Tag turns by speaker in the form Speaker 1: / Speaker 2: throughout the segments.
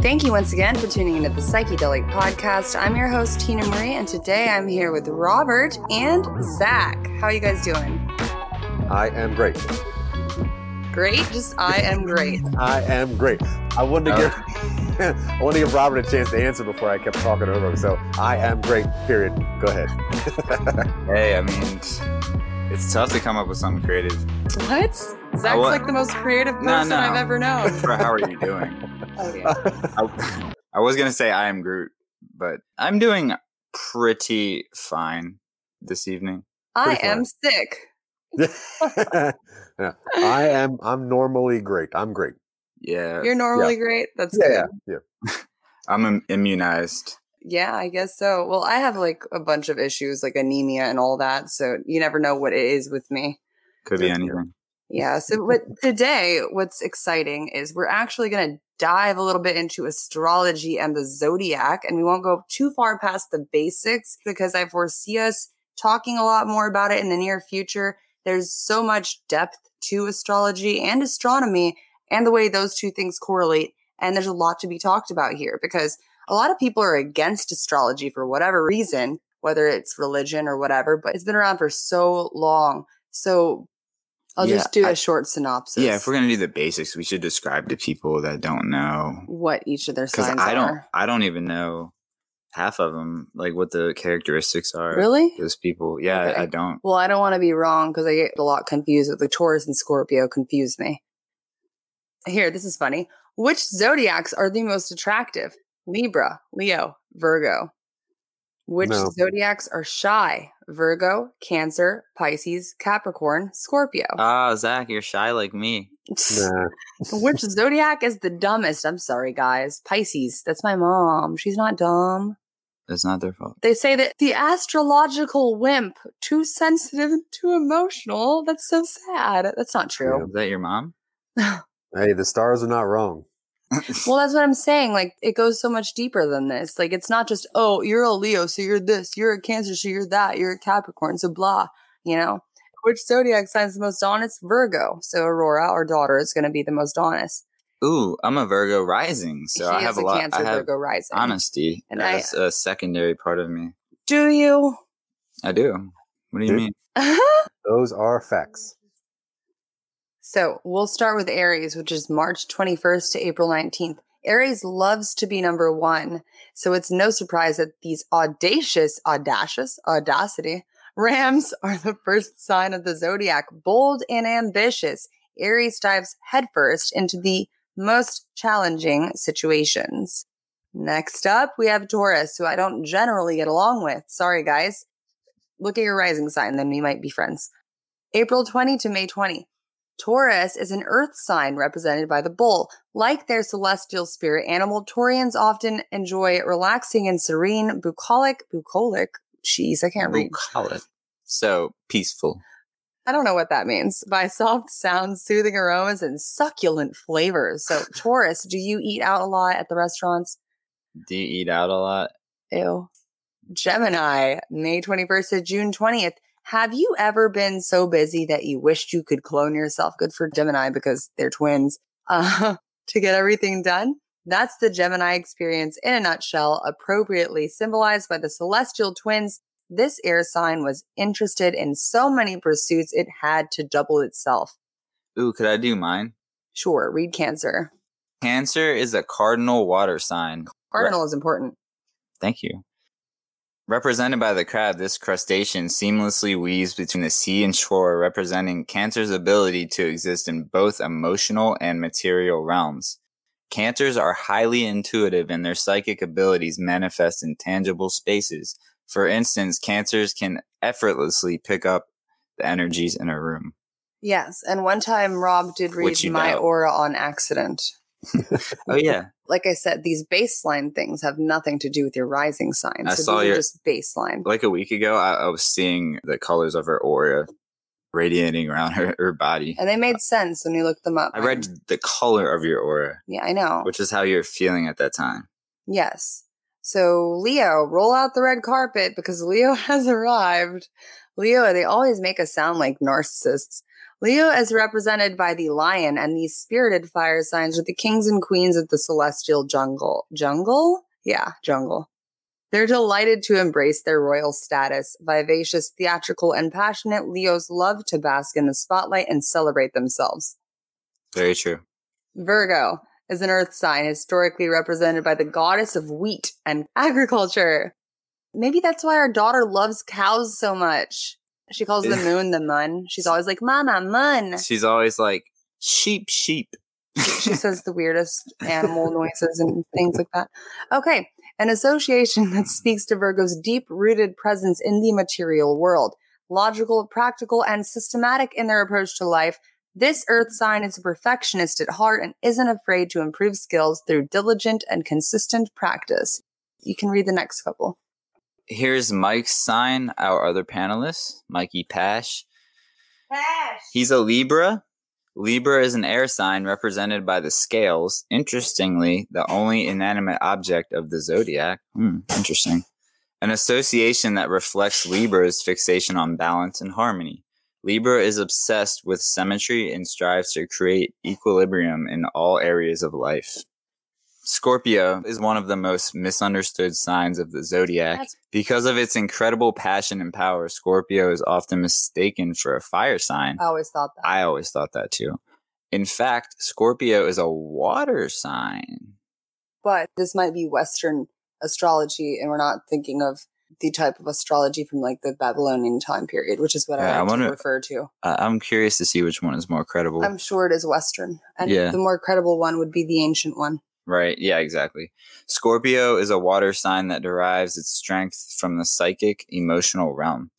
Speaker 1: Thank you once again for tuning into the Psychedelic Podcast. I'm your host, Tina Marie, and today I'm here with Robert and Zach. How are you guys doing?
Speaker 2: I am great.
Speaker 1: Great? Just I am great.
Speaker 2: I am great. I wanted to
Speaker 3: Oh.
Speaker 2: give I wanted to give Robert a chance to answer before I kept talking over him. So I am great. Period. Go ahead.
Speaker 3: Hey, I mean, it's- it's tough to come up with something creative.
Speaker 1: What? Zach's
Speaker 3: I wa-
Speaker 1: like the most creative person
Speaker 3: No, no.
Speaker 1: I've ever known.
Speaker 3: For how are you doing?
Speaker 1: Oh, yeah.
Speaker 3: I, I was gonna say I am Groot, but I'm doing pretty fine this evening.
Speaker 1: I
Speaker 2: Pretty
Speaker 1: am sick.
Speaker 2: yeah. I am. I'm normally great. I'm great.
Speaker 3: Yeah,
Speaker 1: You're normally great. That's good.
Speaker 2: Yeah. Yeah.
Speaker 3: I'm im- immunized.
Speaker 1: Yeah, I guess so. Well, I have like a bunch of issues, like anemia and all that. So you never know what it is with me.
Speaker 3: Could be
Speaker 2: That's good.
Speaker 3: anything.
Speaker 1: Yeah. So what today, what's exciting is we're actually going to dive a little bit into astrology and the zodiac, and we won't go too far past the basics because I foresee us talking a lot more about it in the near future. There's so much depth to astrology and astronomy and the way those two things correlate. And there's a lot to be talked about here because a lot of people are against astrology for whatever reason, whether it's religion or whatever, but it's been around for so long. So I'll
Speaker 3: Yeah,
Speaker 1: just do a
Speaker 3: I-
Speaker 1: short synopsis.
Speaker 3: Yeah, if we're gonna do the basics, we should describe to people that don't know
Speaker 1: what each of their
Speaker 3: because
Speaker 1: signs
Speaker 3: I don't.
Speaker 1: are.
Speaker 3: I don't even know half of them, like what the characteristics are.
Speaker 1: Really?
Speaker 3: Those people. Yeah, I-
Speaker 1: Okay.
Speaker 3: I don't.
Speaker 1: Well, I don't want to be wrong because I get a lot confused with the Taurus and Scorpio confuse me. Here, this is funny. Which zodiacs are the most attractive? Libra, Leo, Virgo. Which
Speaker 2: No.
Speaker 1: zodiacs are shy? Virgo, Cancer, Pisces, Capricorn, Scorpio.
Speaker 3: Ah, Zach, you're shy like me.
Speaker 2: Nah.
Speaker 1: Which zodiac is the dumbest? I'm sorry, guys. Pisces. That's my mom. She's not dumb.
Speaker 3: It's not their fault.
Speaker 1: They say that the astrological wimp, too sensitive, too emotional. That's so sad. That's not true.
Speaker 3: Is that your mom?
Speaker 2: Hey, the stars are not wrong.
Speaker 1: Well, that's what I'm saying. Like, it goes so much deeper than this. Like, it's not just, oh, you're a Leo, so you're this, you're a Cancer, so you're that, you're a Capricorn, so blah, you know? Which zodiac sign is the most honest? Virgo. So, Aurora, our daughter, is going to be the most honest.
Speaker 3: Ooh, I'm a Virgo rising, so I
Speaker 1: she
Speaker 3: have
Speaker 1: is
Speaker 3: a
Speaker 1: a,
Speaker 3: lot.
Speaker 1: Cancer,
Speaker 3: I have
Speaker 1: Virgo rising.
Speaker 3: honesty
Speaker 1: And I-
Speaker 3: as a secondary part of me.
Speaker 1: Do you?
Speaker 3: I do. What do you
Speaker 2: Dude.
Speaker 3: mean?
Speaker 2: Those are facts.
Speaker 1: So we'll start with Aries, which is March 21st to April 19th. Aries loves to be number one. So it's no surprise that these audacious, audacious, audacity rams are the first sign of the zodiac, bold and ambitious. Aries dives headfirst into the most challenging situations. Next up, we have Taurus, who I don't generally get along with. Sorry, guys. Look at your rising sign, then we might be friends. April 20 to May 20. Taurus is an earth sign represented by the bull. Like their celestial spirit animal, Taurians often enjoy relaxing and serene, bucolic, bucolic. Jeez, I can't read.
Speaker 3: Bucolic. So peaceful.
Speaker 1: I don't know what that means. By soft sounds, soothing aromas, and succulent flavors. So, Taurus, do you eat out a lot at the restaurants?
Speaker 3: Do you eat out a lot?
Speaker 1: Ew. Gemini, May 21st to June 20th. Have you ever been so busy that you wished you could clone yourself? Good for Gemini because they're twins uh, to get everything done. That's the Gemini experience in a nutshell, appropriately symbolized by the celestial twins. This air sign was interested in so many pursuits it had to double itself.
Speaker 3: Ooh, could I do mine?
Speaker 1: Sure, read Cancer.
Speaker 3: Cancer is a cardinal water sign.
Speaker 1: Cardinal is important.
Speaker 3: Thank you. Represented by the crab, this crustacean seamlessly weaves between the sea and shore, representing Cancer's ability to exist in both emotional and material realms. Cancers are highly intuitive and their psychic abilities manifest in tangible spaces. For instance, Cancers can effortlessly pick up the energies in a room.
Speaker 1: Yes. And one time Rob did read
Speaker 3: Which you
Speaker 1: my
Speaker 3: doubt.
Speaker 1: aura on accident.
Speaker 3: Oh, yeah.
Speaker 1: like I said, these baseline things have nothing to do with your rising sign.
Speaker 3: I
Speaker 1: so
Speaker 3: saw
Speaker 1: these
Speaker 3: your-
Speaker 1: are just baseline.
Speaker 3: Like a week ago, I, I was seeing the colors of her aura radiating around her, her body.
Speaker 1: And they made sense when you looked them up.
Speaker 3: I read the color of your aura.
Speaker 1: Yeah, I know.
Speaker 3: which is how you're feeling at that time.
Speaker 1: Yes. So, Leo, roll out the red carpet because Leo has arrived. Leo, they always make us sound like narcissists. Leo is represented by the lion, and these spirited fire signs are the kings and queens of the celestial jungle. Jungle? Yeah, jungle. They're delighted to embrace their royal status. Vivacious, theatrical, and passionate, Leos love to bask in the spotlight and celebrate themselves.
Speaker 3: Very true.
Speaker 1: Virgo is an earth sign historically represented by the goddess of wheat and agriculture. Maybe that's why our daughter loves cows so much. She calls the moon the mun. She's always like, Mama, mun.
Speaker 3: She's always like, sheep, sheep.
Speaker 1: She says the weirdest animal noises and things like that. Okay, an association that speaks to Virgo's deep rooted presence in the material world. Logical, practical, and systematic in their approach to life, this earth sign is a perfectionist at heart and isn't afraid to improve skills through diligent and consistent practice. You can read the next couple.
Speaker 3: Here's Mike's sign, our other panelist, Mikey Pash.
Speaker 1: Pash!
Speaker 3: He's a Libra. Libra is an air sign represented by the scales. Interestingly, the only inanimate object of the zodiac. Hmm, interesting. An association that reflects Libra's fixation on balance and harmony. Libra is obsessed with symmetry and strives to create equilibrium in all areas of life. Scorpio is one of the most misunderstood signs of the zodiac.
Speaker 1: That's-
Speaker 3: because of its incredible passion and power, Scorpio is often mistaken for a fire sign.
Speaker 1: I always thought that.
Speaker 3: I always thought that too. In fact, Scorpio is a water sign.
Speaker 1: but this might be Western astrology, and we're not thinking of the type of astrology from like the Babylonian time period, which is what I,
Speaker 3: Yeah, I
Speaker 1: like
Speaker 3: wonder-
Speaker 1: to refer to.
Speaker 3: Uh, I'm curious to see which one is more credible.
Speaker 1: I'm sure it is Western, and
Speaker 3: Yeah.
Speaker 1: the more credible one would be the ancient one.
Speaker 3: Right. Yeah, exactly. Scorpio is a water sign that derives its strength from the psychic emotional realm.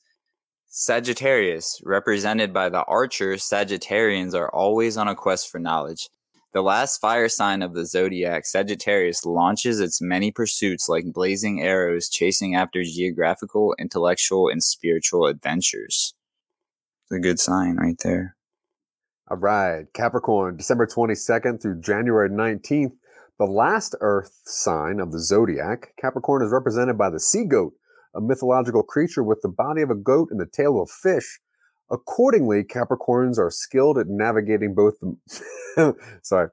Speaker 3: Sagittarius, represented by the archer, Sagittarians are always on a quest for knowledge. The last fire sign of the zodiac, Sagittarius launches its many pursuits like blazing arrows, chasing after geographical, intellectual, and spiritual adventures. It's a good sign right there.
Speaker 2: All right, Capricorn, December 22nd through January 19th, the last earth sign of the zodiac. Capricorn is represented by the sea goat, a mythological creature with the body of a goat and the tail of a fish. Accordingly, Capricorns are skilled at navigating both the Sorry.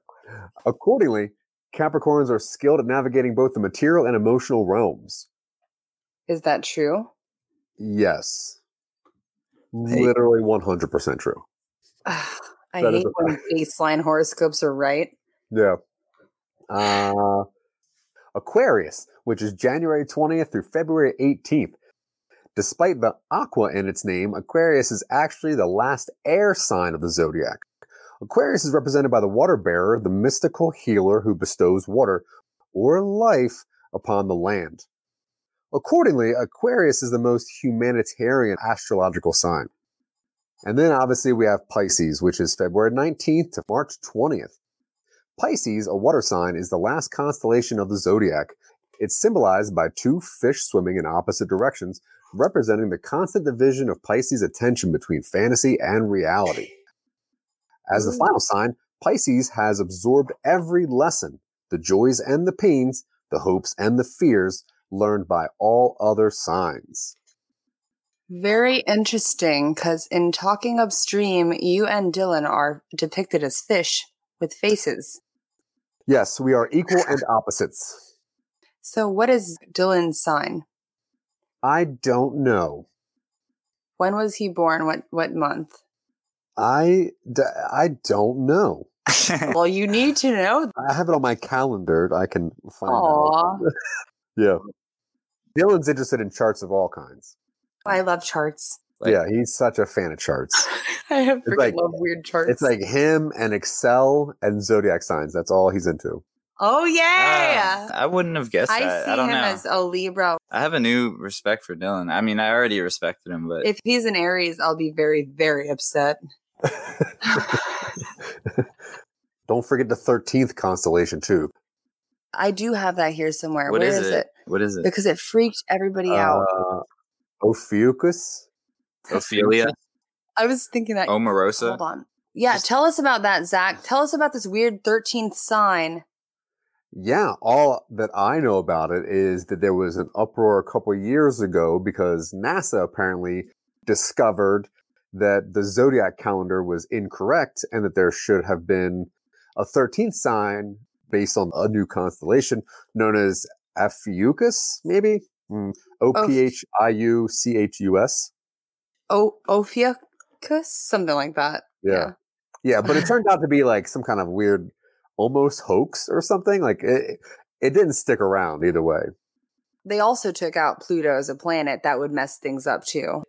Speaker 2: Accordingly, Capricorns are skilled at navigating both the material and emotional realms.
Speaker 1: Is that true?
Speaker 2: Yes.
Speaker 3: Hey.
Speaker 2: Literally 100% true.
Speaker 1: Ugh, I
Speaker 2: That is
Speaker 1: hate
Speaker 2: a
Speaker 1: when baseline horoscopes are right.
Speaker 2: Yeah. Uh, Aquarius, which is January 20th through February 18th. Despite the aqua in its name, Aquarius is actually the last air sign of the zodiac. Aquarius is represented by the water bearer, the mystical healer who bestows water or life upon the land. Accordingly, Aquarius is the most humanitarian astrological sign. And then obviously we have Pisces, which is February 19th to March 20th. Pisces, a water sign, is the last constellation of the zodiac. It's symbolized by two fish swimming in opposite directions, representing the constant division of Pisces' attention between fantasy and reality. As the
Speaker 1: Ooh.
Speaker 2: final sign, Pisces has absorbed every lesson, the joys and the pains, the hopes and the fears learned by all other signs.
Speaker 1: Very interesting, because in talking upstream, you and Dylan are depicted as fish with faces.
Speaker 2: Yes, we are equal and opposites.
Speaker 1: So, what is Dylan's sign?
Speaker 2: I don't know.
Speaker 1: When was he born? What what month?
Speaker 2: I, d- I don't know.
Speaker 1: Well, you need to know.
Speaker 2: I have it on my calendar. I can find
Speaker 1: Aw,
Speaker 2: out. Yeah. Dylan's interested in charts of all kinds.
Speaker 1: I love charts.
Speaker 3: Like-
Speaker 2: yeah, he's such a fan of charts.
Speaker 1: I have freaking
Speaker 2: like-
Speaker 1: love weird charts.
Speaker 2: it's like him and Excel and zodiac signs. That's all he's into.
Speaker 1: oh
Speaker 3: Ah,
Speaker 1: yeah,
Speaker 3: I wouldn't have guessed
Speaker 1: I
Speaker 3: that.
Speaker 1: see
Speaker 3: I don't
Speaker 1: him
Speaker 3: know.
Speaker 1: as a Libra.
Speaker 3: I have a new respect for Dylan. I mean, I already respected him, but
Speaker 1: If he's an Aries, I'll be very very upset.
Speaker 2: Don't forget the 13th constellation, too.
Speaker 1: I do have that here somewhere.
Speaker 3: what
Speaker 1: Where
Speaker 3: is,
Speaker 1: is,
Speaker 3: it? What is it?
Speaker 1: Because it freaked everybody out.
Speaker 2: Uh, Ophiuchus?
Speaker 3: Ophelia, Oh,
Speaker 1: I was thinking that.
Speaker 3: Omarosa.
Speaker 1: Hold on. Yeah,
Speaker 3: Just-
Speaker 1: tell us about that, Zach. Tell us about this weird thirteenth sign.
Speaker 2: Yeah, all that I know about it is that there was an uproar a couple years ago because NASA apparently discovered that the zodiac calendar was incorrect and that there should have been a 13th sign based on a new constellation known as Ophiuchus, maybe? Mm, O P H I U C H U S.
Speaker 1: O Ophiuchus, something like that.
Speaker 2: Yeah. Yeah, but it turned out to be like some kind of weird almost hoax or something. Like it, it didn't stick around either way.
Speaker 1: They also took out Pluto as a planet. That would mess things up too.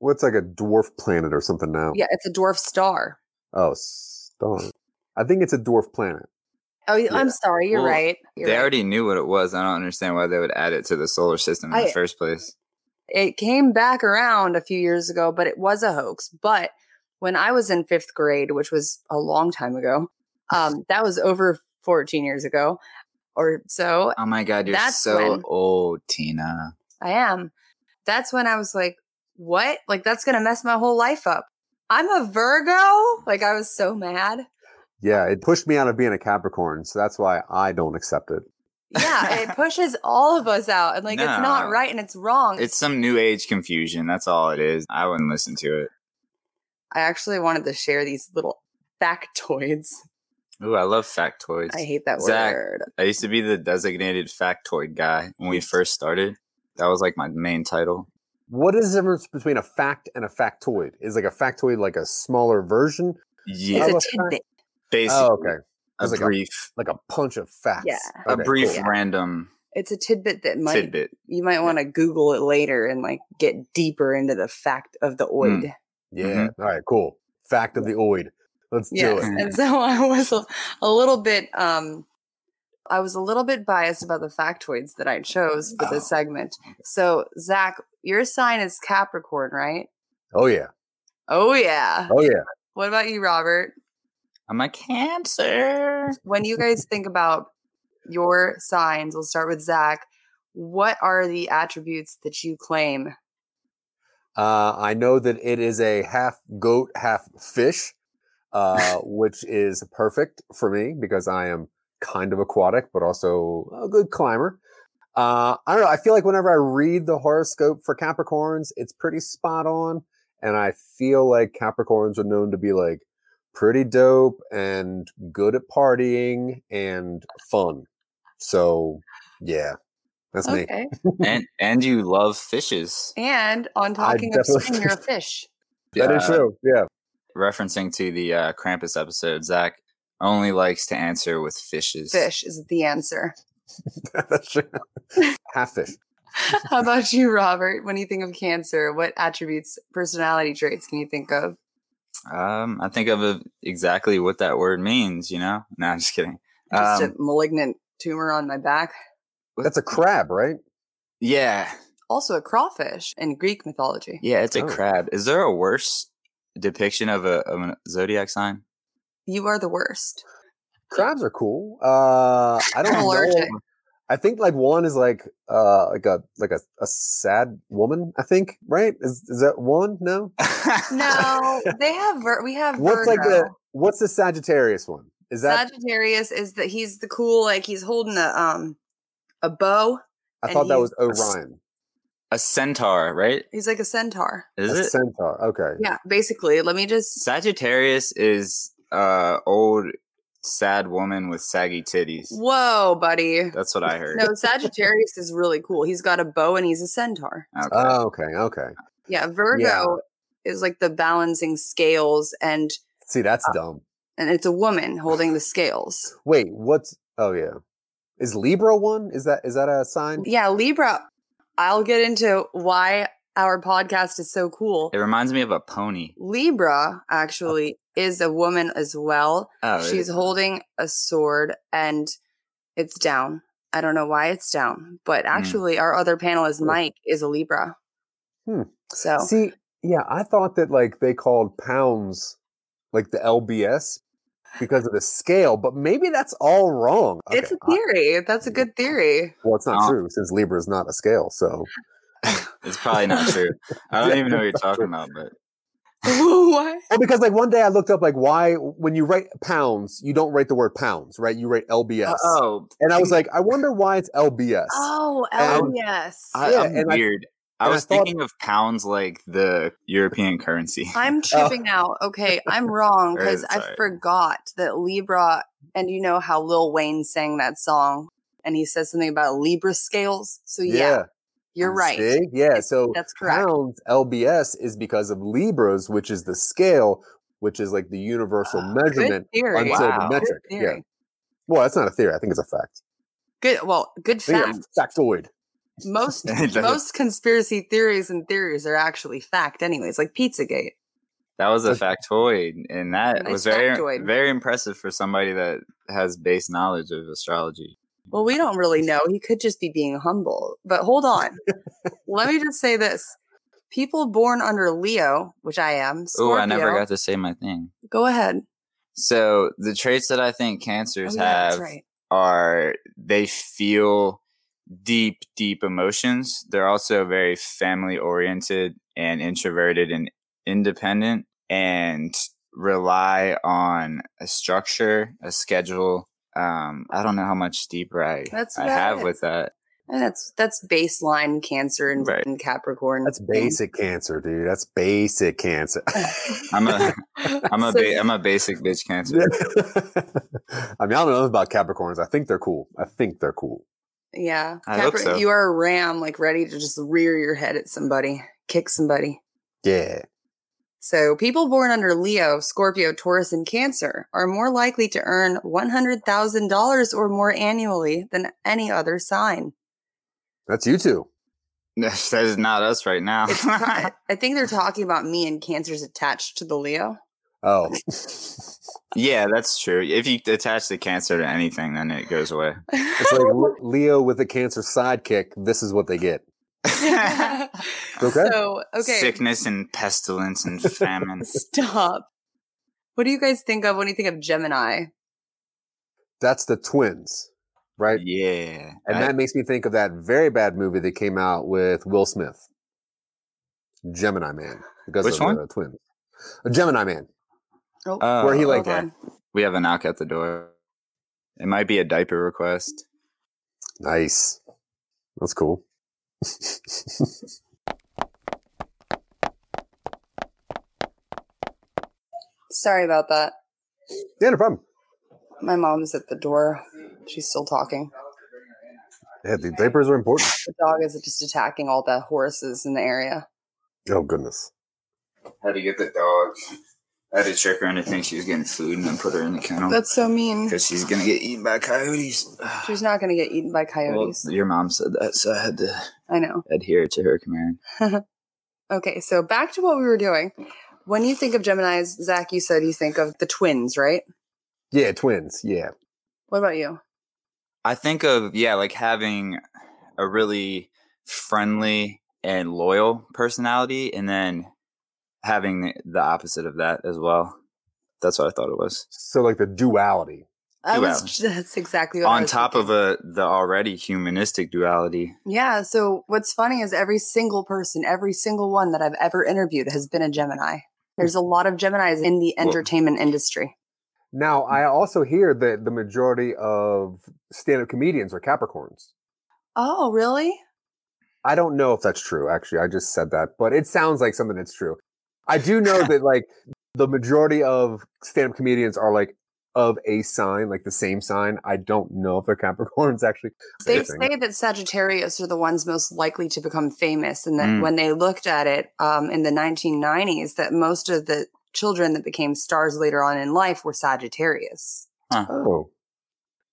Speaker 2: Well, it's like a dwarf planet or something now.
Speaker 1: Yeah, it's a dwarf star.
Speaker 2: Oh, stone. I think it's a dwarf planet.
Speaker 1: Oh,
Speaker 2: Yeah.
Speaker 1: I'm sorry. You're
Speaker 3: Well,
Speaker 1: right. You're
Speaker 3: they
Speaker 1: right.
Speaker 3: already knew what it was. I don't understand why they would add it to the solar system in
Speaker 1: I-
Speaker 3: the first place.
Speaker 1: it came back around a few years ago, but it was a hoax. But when I was in fifth grade, which was a long time ago, um, that was over 14 years ago or so.
Speaker 3: Oh my god, you're
Speaker 1: That's
Speaker 3: so
Speaker 1: when-
Speaker 3: old, Tina.
Speaker 1: I am. That's when I was like, what? Like, that's going to mess my whole life up. I'm a Virgo. Like, I was so mad.
Speaker 2: Yeah, it pushed me out of being a Capricorn, so that's why I don't accept it.
Speaker 1: Yeah. it pushes all of us out. And like, it's not
Speaker 3: No.
Speaker 1: right and it's wrong.
Speaker 3: It's some new age confusion. That's all it is. I wouldn't listen to it.
Speaker 1: I actually wanted to share these little factoids.
Speaker 3: Ooh, I love factoids.
Speaker 1: I
Speaker 3: I,
Speaker 1: hate that
Speaker 3: Zach,
Speaker 1: word.
Speaker 3: used to be the designated factoid guy when we first started. That was like my main title.
Speaker 2: What is the difference between a fact and a factoid? Is like a factoid like a smaller version?
Speaker 3: Yeah,
Speaker 1: It's
Speaker 2: I'm
Speaker 1: a
Speaker 2: a fact-
Speaker 1: tidbit.
Speaker 3: basically
Speaker 2: Oh, okay.
Speaker 3: a
Speaker 2: It's like a-
Speaker 3: brief,
Speaker 2: Like a punch of facts.
Speaker 1: Yeah.
Speaker 3: a,
Speaker 2: Okay,
Speaker 3: brief
Speaker 2: cool.
Speaker 3: random
Speaker 1: It's a tidbit that might
Speaker 3: tidbit.
Speaker 1: you might want to Google it later and like get deeper into the fact of the oid.
Speaker 2: Yeah.
Speaker 3: Mm-hmm.
Speaker 2: All right, cool. Fact of the oid. Let's do
Speaker 1: Yes.
Speaker 2: it.
Speaker 1: And so I was a, a little bit um I was a little bit biased about the factoids that I chose for this
Speaker 3: Oh.
Speaker 1: segment. So Zach, your sign is Capricorn, right?
Speaker 2: Oh yeah.
Speaker 1: Oh yeah.
Speaker 2: Oh yeah.
Speaker 1: What about you, Robert?
Speaker 3: I'm a cancer.
Speaker 1: When you guys think about your signs, we'll start with Zach. What are the attributes that you claim?
Speaker 2: Uh, I know that it is a half goat, half fish, uh, which is perfect for me because I am kind of aquatic, but also a good climber. Uh, I don't know. I feel like whenever I read the horoscope for Capricorns, it's pretty spot on. And I feel like Capricorns are known to be like pretty dope and good at partying and fun. So, yeah, that's me.
Speaker 1: Okay.
Speaker 3: and and you love fishes.
Speaker 1: And on talking of
Speaker 2: definitely-
Speaker 1: spring, you're a fish.
Speaker 2: That is
Speaker 3: Uh,
Speaker 2: true. Yeah.
Speaker 3: Referencing to the uh, Krampus episode, Zach only likes to answer with fishes.
Speaker 1: fish is the answer.
Speaker 2: That's true. half fish.
Speaker 1: How about you, Robert? When you think of cancer, what attributes, personality traits can you think of?
Speaker 3: Um, I think of uh, exactly what that word means. You know? No, I'm just kidding.
Speaker 1: Just
Speaker 3: Um,
Speaker 1: a malignant tumor on my back.
Speaker 2: That's a crab, right?
Speaker 3: yeah,
Speaker 1: Also, a crawfish in Greek mythology.
Speaker 3: yeah. It's a
Speaker 2: Oh.
Speaker 3: crab. Is there a worse depiction of a of a zodiac sign?
Speaker 1: You are the worst.
Speaker 2: Crabs are cool. Uh, I don't
Speaker 1: I'm allergic.
Speaker 2: know. I think like one is like uh like a like a, a sad woman. I think right is is that one? No.
Speaker 1: No, they have Vir- we have
Speaker 2: What's
Speaker 1: Virgo.
Speaker 2: like the what's the Sagittarius one? Is that
Speaker 1: Sagittarius is that he's the cool like he's holding a um a bow.
Speaker 2: I thought that
Speaker 1: and
Speaker 2: was Orion.
Speaker 3: a centaur, right?
Speaker 1: He's like a centaur.
Speaker 3: Is
Speaker 2: a
Speaker 3: it
Speaker 2: centaur? Okay.
Speaker 1: Yeah, basically. Let me just
Speaker 3: Sagittarius? Is uh old sad woman with saggy titties?
Speaker 1: Whoa, buddy.
Speaker 3: That's what I heard.
Speaker 1: No, Sagittarius is really cool. He's got a bow and he's a centaur.
Speaker 3: Okay.
Speaker 2: Oh, okay. Okay.
Speaker 1: Yeah, Virgo is like the balancing scales and
Speaker 2: See, that's
Speaker 1: Uh
Speaker 2: dumb.
Speaker 1: and it's a woman holding the scales.
Speaker 2: Wait, what's? Oh yeah, is Libra one? Is that is that a sign?
Speaker 1: Yeah, Libra. I'll get into why our podcast is so cool.
Speaker 3: It reminds me of a pony.
Speaker 1: Libra actually is a woman as well.
Speaker 3: Oh, it
Speaker 1: She's
Speaker 3: is.
Speaker 1: holding a sword and it's down. I don't know why it's down, but actually our other panelist
Speaker 2: Hmm.
Speaker 1: Mike is a Libra.
Speaker 2: Hmm.
Speaker 1: So
Speaker 2: See, yeah, I thought that like they called pounds like the LBS because of the scale, but maybe that's all wrong.
Speaker 1: it's a
Speaker 2: Okay, I-
Speaker 1: theory. That's a good theory.
Speaker 2: well, it's not
Speaker 3: Uh,
Speaker 2: true since Libra is not a scale. So
Speaker 3: It's probably not true. I don't
Speaker 2: Yeah,
Speaker 3: even know what you're
Speaker 2: it's not
Speaker 3: talking
Speaker 2: true.
Speaker 3: about, but
Speaker 1: what?
Speaker 2: well, because like one day I looked up like why when you write pounds, you don't write the word pounds, right? You write LBS,
Speaker 3: oh,
Speaker 2: and I was like, I wonder why it's LBS.
Speaker 1: Oh,
Speaker 2: And
Speaker 1: LBS.
Speaker 3: I,
Speaker 2: Yeah,
Speaker 3: am
Speaker 2: and I-
Speaker 3: weird. I
Speaker 2: And I
Speaker 3: was
Speaker 2: thought-
Speaker 3: thinking of pounds like the European currency.
Speaker 2: Oh.
Speaker 1: I'm tripping out. Okay, I'm wrong because
Speaker 3: It's
Speaker 1: I
Speaker 3: all right.
Speaker 1: forgot that Libra, and you know how Lil Wayne sang that song, and he says something about Libra scales. So yeah, you're right.
Speaker 2: See? Yeah. So
Speaker 1: That's correct.
Speaker 2: pounds LBS is because of libras, which is the scale, which is like the universal measurement
Speaker 1: Ah, Good theory.
Speaker 2: until
Speaker 3: Wow.
Speaker 2: the metric.
Speaker 1: Good
Speaker 2: Yeah.
Speaker 1: theory.
Speaker 2: Well, that's not a theory. I think it's a fact.
Speaker 1: Good. Well, good
Speaker 2: I think
Speaker 1: fact.
Speaker 2: it's a factoid.
Speaker 3: Mm-hmm.
Speaker 1: Most
Speaker 3: It doesn't-
Speaker 1: most conspiracy theories and theories are actually fact, anyways. Like PizzaGate.
Speaker 3: That was a
Speaker 2: That's-
Speaker 3: factoid, and that
Speaker 1: Nice
Speaker 3: was very
Speaker 1: factoid.
Speaker 3: very impressive for somebody that has base knowledge of astrology.
Speaker 1: Well, we don't really know. He could just be being humble. But hold on. Let me just say this. People born under Leo, which I am,
Speaker 3: Oh,
Speaker 1: Scorpio,
Speaker 3: I never got to say my thing.
Speaker 1: go ahead.
Speaker 3: So the traits that I think cancers
Speaker 1: Oh, yeah,
Speaker 3: have are they feel deep, deep emotions. They're also very family oriented and introverted and independent and rely on a structure, a schedule. Um, I don't know how much deeper I,
Speaker 1: That's
Speaker 3: I
Speaker 1: about
Speaker 3: have
Speaker 1: it.
Speaker 3: with that.
Speaker 1: And that's that's baseline Cancer and,
Speaker 3: Right.
Speaker 1: and Capricorn.
Speaker 2: That's basic cancer, dude. That's basic cancer.
Speaker 3: I'm a I'm a
Speaker 1: So-
Speaker 3: ba- I'm a basic bitch cancer.
Speaker 2: Yeah. I mean, I don't know about Capricorns. I think they're cool. I think they're cool.
Speaker 1: Yeah,
Speaker 3: I hope so.
Speaker 1: You are a ram, like ready to just rear your head at somebody, kick somebody.
Speaker 2: Yeah.
Speaker 1: So, people born under Leo, Scorpio, Taurus, and Cancer are more likely to earn $100,000 or more annually than any other sign.
Speaker 2: That's you two.
Speaker 3: that is not us right now.
Speaker 1: It's not- I think they're talking about me and Cancer's attached to the Leo.
Speaker 2: Oh.
Speaker 3: yeah, that's true. If you attach the cancer to anything, then it goes away.
Speaker 2: It's like Le- Leo with a cancer sidekick. This is what they get. Okay.
Speaker 1: So, okay.
Speaker 3: Sickness and pestilence and famine.
Speaker 1: Stop. What do you guys think of when you think of Gemini?
Speaker 2: That's the twins, right?
Speaker 3: yeah.
Speaker 2: And
Speaker 3: I-
Speaker 2: that makes me think of that very bad movie that came out with Will Smith, Gemini Man, because
Speaker 3: Which
Speaker 2: of
Speaker 3: one?
Speaker 2: the twins. A Gemini Man.
Speaker 1: Oh,
Speaker 3: Oh,
Speaker 2: where Uh, he, like,
Speaker 1: hold on.
Speaker 3: we have a knock at the door. It might be a diaper request.
Speaker 2: Nice. That's cool.
Speaker 1: Sorry about that.
Speaker 2: yeah, no problem.
Speaker 1: My mom's at the door. She's still talking.
Speaker 2: Yeah, the diapers are important.
Speaker 1: The dog is just attacking all the horses in the area.
Speaker 2: Oh goodness.
Speaker 3: Had to get the dog. I had to trick her into thinking she was getting food and then put her in the kennel
Speaker 1: That's so mean.
Speaker 3: because she's gonna get eaten by coyotes.
Speaker 1: She's not going to get eaten by coyotes.
Speaker 3: Well, your mom said that, so I had to
Speaker 1: I know.
Speaker 3: adhere to her command.
Speaker 1: Okay, so back to what we were doing. When you think of Gemini's, Zach, you said you think of the twins, right?
Speaker 2: Yeah, twins. Yeah.
Speaker 1: What about you?
Speaker 3: I think of yeah, like having a really friendly and loyal personality, and then having the, the opposite of that as well. That's what I thought it was.
Speaker 2: So like the duality.
Speaker 1: I was,
Speaker 3: Duality.
Speaker 1: that's exactly what I
Speaker 3: On
Speaker 1: was
Speaker 3: top
Speaker 1: thinking.
Speaker 3: of a the already humanistic duality.
Speaker 1: Yeah, so what's funny is every single person, every single one that I've ever interviewed has been a Gemini. There's a lot of Geminis in the
Speaker 3: Hmm. Well-
Speaker 1: entertainment industry.
Speaker 2: Now I also hear that the majority of stand-up comedians are Capricorns.
Speaker 1: Oh, really?
Speaker 2: I don't know if that's true. Actually, I just said that, but it sounds like something that's true. I do know that like the majority of stand-up comedians are like of a sign, like the same sign. I don't know if they're Capricorns actually.
Speaker 1: They
Speaker 2: Same thing.
Speaker 1: say that Sagittarius are the ones most likely to become famous, and that
Speaker 3: Mm.
Speaker 1: when they looked at it um, in the 1990s, that most of the children that became stars later on in life were Sagittarius.
Speaker 2: Oh,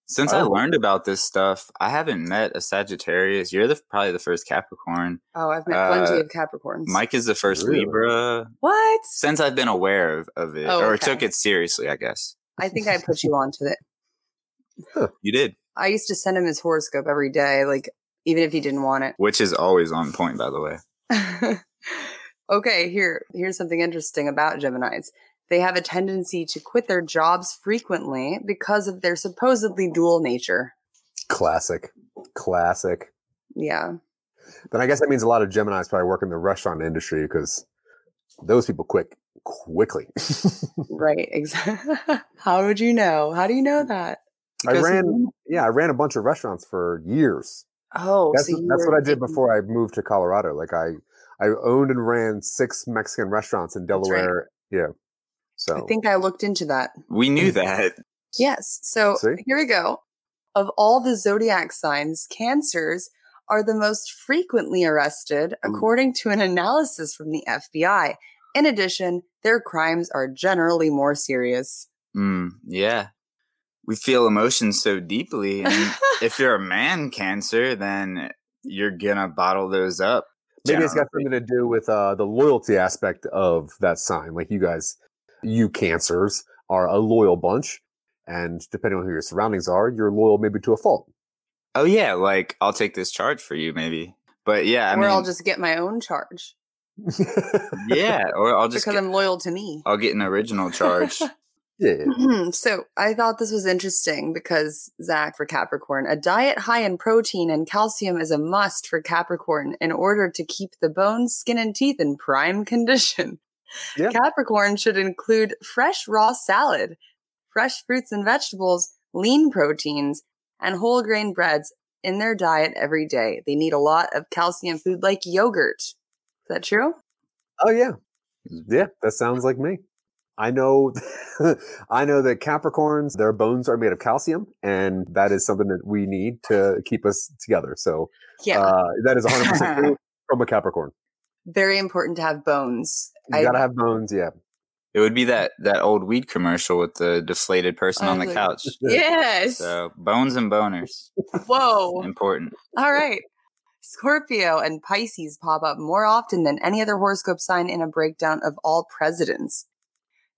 Speaker 3: Since I
Speaker 2: Oh.
Speaker 3: learned about this stuff, I haven't met a Sagittarius. You're the probably the first Capricorn.
Speaker 1: Oh, I've met
Speaker 3: Uh,
Speaker 1: plenty of Capricorns.
Speaker 3: Mike is the first
Speaker 2: Really?
Speaker 3: Libra.
Speaker 1: what?
Speaker 3: Since I've been aware of, of it
Speaker 1: Oh,
Speaker 3: or
Speaker 1: okay.
Speaker 3: took it seriously, I guess.
Speaker 1: I think I put you onto it.
Speaker 3: You did,
Speaker 1: I used to send him his horoscope every day, like even if he didn't want it.
Speaker 3: which is always on point, by the way.
Speaker 1: okay, here here's something interesting about Geminis. They have a tendency to quit their jobs frequently because of their supposedly dual nature.
Speaker 2: classic, classic.
Speaker 1: Yeah.
Speaker 2: Then I guess that means a lot of Gemini's probably work in the restaurant industry because those people quick quickly.
Speaker 1: Right. Exactly. How
Speaker 2: Mm.
Speaker 1: would you know? How do you know that?
Speaker 2: I
Speaker 3: Because-
Speaker 2: ran, yeah, I ran a bunch of restaurants for years.
Speaker 1: Oh,
Speaker 2: that's,
Speaker 1: so you
Speaker 2: that's
Speaker 1: were
Speaker 2: what I
Speaker 1: in-
Speaker 2: did before I moved to Colorado. Like I, I owned and ran six Mexican restaurants in
Speaker 1: right.
Speaker 2: Delaware. Yeah. So
Speaker 1: I think I looked into that.
Speaker 3: We knew that.
Speaker 1: Yes. So
Speaker 2: See?
Speaker 1: here we go. Of all the zodiac signs, cancers are the most frequently arrested, according to an analysis from the FBI. In addition, their crimes are generally more serious.
Speaker 3: Mm, yeah. We feel emotions so deeply. And if you're a man cancer, then you're going to bottle those up.
Speaker 2: maybe it's got
Speaker 3: generally.
Speaker 2: something to do with uh, the loyalty aspect of that sign. Like you guys, you cancers are a loyal bunch, and depending on who your surroundings are, you're loyal maybe to a fault.
Speaker 3: Oh, yeah. Like, I'll take this charge for you, maybe. But yeah, I
Speaker 1: or
Speaker 3: mean,
Speaker 1: I'll just get my own charge
Speaker 3: yeah, or I'll just
Speaker 1: because
Speaker 3: get,
Speaker 1: I'm loyal to me. Mm-hmm,
Speaker 3: I'll get an original charge.
Speaker 2: yeah.
Speaker 1: so I thought this was interesting because Zach for Capricorn, a diet high in protein and calcium is a must for Capricorn in order to keep the bones, skin, and teeth in prime condition.
Speaker 2: Yeah.
Speaker 1: Capricorn should include fresh raw salad, fresh fruits and vegetables, lean proteins, and whole grain breads in their diet every day. They need a lot of calcium food like yogurt. Is that true?
Speaker 2: Oh yeah, yeah. That sounds like me. I know, I know that Capricorns, their bones are made of calcium, and that is something that we need to keep us together. So
Speaker 1: Yeah.
Speaker 2: uh, that is 100 percent true from a Capricorn.
Speaker 1: Very important to have bones.
Speaker 2: You gotta have bones. Yeah,
Speaker 3: It would be that that old weed commercial with the deflated person on the
Speaker 1: Ugly.
Speaker 3: couch.
Speaker 1: yes.
Speaker 3: So bones and boners,
Speaker 1: Whoa.
Speaker 3: important.
Speaker 1: All right. Scorpio and Pisces pop up more often than any other horoscope sign in a breakdown of all presidents.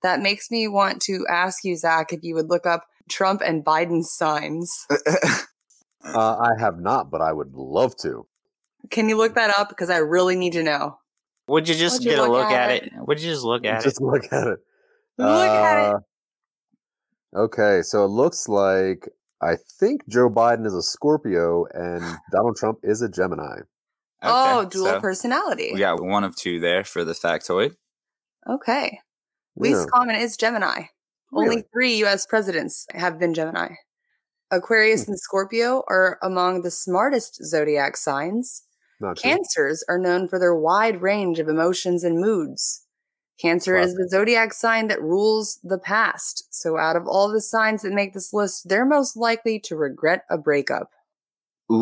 Speaker 1: That makes me want to ask you, Zach, if you would look up Trump and Biden's signs.
Speaker 2: uh, I have not, but I would love to.
Speaker 1: Can you look that up? Because I really need to know.
Speaker 3: Would you just
Speaker 1: Would you
Speaker 3: get a
Speaker 1: look
Speaker 3: look
Speaker 1: at
Speaker 3: at it? Would you just look at
Speaker 2: just
Speaker 3: it?
Speaker 2: look at it.
Speaker 1: Look at it.
Speaker 2: Uh, Okay, so it looks like I think Joe Biden is a Scorpio and Donald Trump is a Gemini.
Speaker 3: Okay,
Speaker 1: oh, dual
Speaker 3: so
Speaker 1: personality.
Speaker 3: We got one of two there for the factoid.
Speaker 1: Okay.
Speaker 2: Yeah,
Speaker 1: Least common is Gemini. Only
Speaker 2: really.
Speaker 1: three US presidents have been Gemini.
Speaker 3: Hmm.
Speaker 1: Aquarius and Scorpio are among the smartest zodiac signs.
Speaker 2: Not true.
Speaker 1: Cancers are known for their wide range of emotions and moods. Cancer is the zodiac sign that rules the past. So, out of all the signs that make this list, they're most likely to regret a breakup.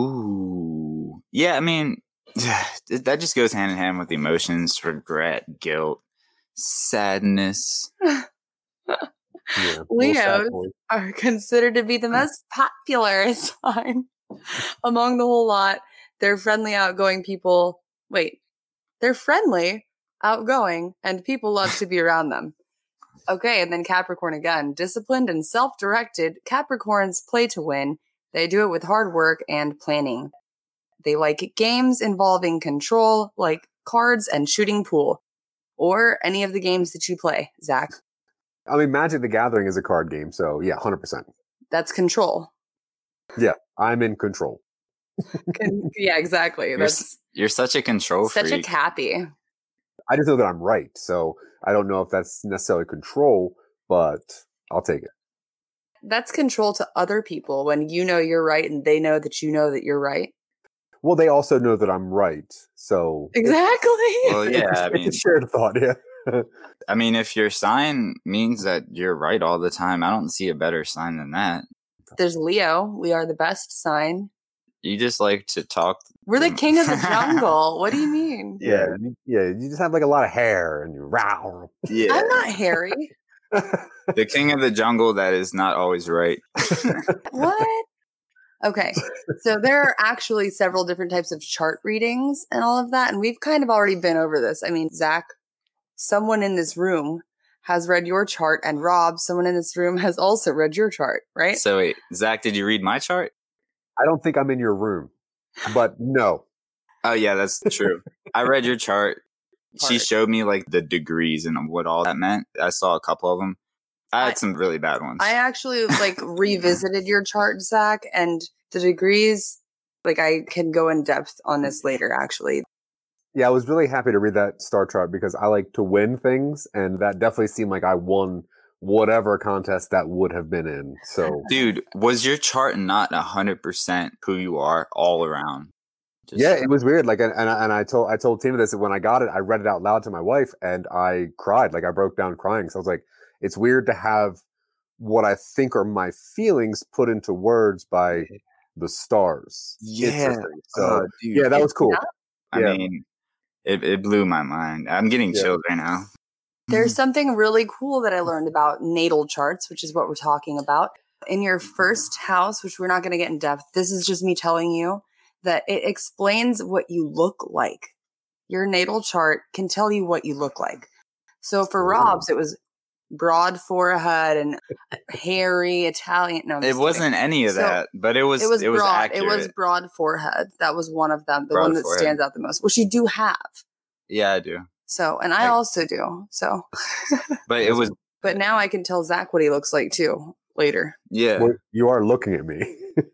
Speaker 3: Ooh, yeah. I mean, that just goes hand in hand with emotions, regret, guilt, sadness.
Speaker 2: Yeah, little
Speaker 1: Leos.
Speaker 2: sad boy.
Speaker 1: Are considered to be the most popular sign among the whole lot. They're friendly, outgoing people. Wait, they're friendly, outgoing, and people love to be around them. Okay, and then Capricorn again. Disciplined and self directed, Capricorns play to win. They do it with hard work and planning. They like games involving control, like cards and shooting pool, or any of the games that you play, Zach.
Speaker 2: I mean, Magic the Gathering is a card game, so yeah, hundred percent.
Speaker 1: That's control.
Speaker 2: I'm in control.
Speaker 1: Con- yeah, exactly.
Speaker 3: You're
Speaker 1: That's
Speaker 3: You're such a control
Speaker 1: such a
Speaker 3: freak.
Speaker 1: cappy.
Speaker 2: I just know that I'm right, so I don't know if that's necessarily control, but I'll take it.
Speaker 1: That's control to other people when you know you're right and they know that you know that you're right.
Speaker 2: Well, they also know that I'm right, so it-
Speaker 1: Exactly.
Speaker 3: Well, yeah, I
Speaker 2: it's a
Speaker 3: mean-
Speaker 2: shared thought. Yeah,
Speaker 3: I mean, if your sign means that you're right all the time, I don't see a better sign than that.
Speaker 1: There's Leo. We are the best sign.
Speaker 3: You just like to talk.
Speaker 1: We're the
Speaker 3: Mm.
Speaker 1: king of the jungle. what do you mean?
Speaker 2: yeah, you- yeah. You just have like a lot of hair and you row.
Speaker 3: Yeah.
Speaker 1: I'm not hairy.
Speaker 3: the king of the jungle that is not always right.
Speaker 1: what? Okay. So there are actually several different types of chart readings and all of that. And we've kind of already been over this. I mean, Zach, someone in this room has read your chart, and Rob, someone in this room has also read your chart, right?
Speaker 3: so wait, Zach, did you read my chart?
Speaker 2: I don't think I'm in your room, but no.
Speaker 3: Oh yeah, that's true. I read your chart. She
Speaker 1: Part.
Speaker 3: showed me like the degrees and what all that meant. I saw a couple of them. I
Speaker 1: I-
Speaker 3: had some really bad ones.
Speaker 1: I actually like revisited your chart, Zach, and the degrees. Like I can go in depth on this later. Actually,
Speaker 2: Yeah, I was really happy to read that star chart because I like to win things, and that definitely seemed like I won whatever contest that would have been in. So
Speaker 3: Dude, was your chart not 100% who you are all around? Just-
Speaker 2: yeah, it was weird. Like, and and I, and I told I told Tina this when I got it. I read it out loud to my wife, and I cried. Like, I broke down crying. So I was like, it's weird to have what I think are my feelings put into words by the stars.
Speaker 3: Yeah.
Speaker 2: Interesting. So
Speaker 3: Oh, dude,
Speaker 2: uh, yeah, that was cool.
Speaker 3: I
Speaker 2: yeah.
Speaker 3: mean, it, it blew my mind. I'm getting
Speaker 2: Yeah.
Speaker 3: chills right now. Mm-hmm.
Speaker 1: There's something really cool that I learned about natal charts, which is what we're talking about. In your first house, which we're not going to get in depth, this is just me telling you that it explains what you look like. Your natal chart can tell you what you look like. So for
Speaker 2: Ooh.
Speaker 1: Rob's, it was broad forehead and uh, hairy Italian. No, I'm
Speaker 3: It
Speaker 1: just kidding.
Speaker 3: wasn't any of
Speaker 1: So,
Speaker 3: that, but it was
Speaker 1: It was,
Speaker 3: it was
Speaker 1: broad.
Speaker 3: accurate.
Speaker 1: It was broad forehead. That was one of them, the
Speaker 3: Broad
Speaker 1: one that
Speaker 3: forehead.
Speaker 1: stands out the most, which you do have.
Speaker 3: yeah, I do.
Speaker 1: So, and I
Speaker 3: Like-
Speaker 1: also do. So,
Speaker 3: But it was
Speaker 1: but now I can tell Zach what he looks like too later.
Speaker 3: yeah.
Speaker 2: Well, you are looking at me.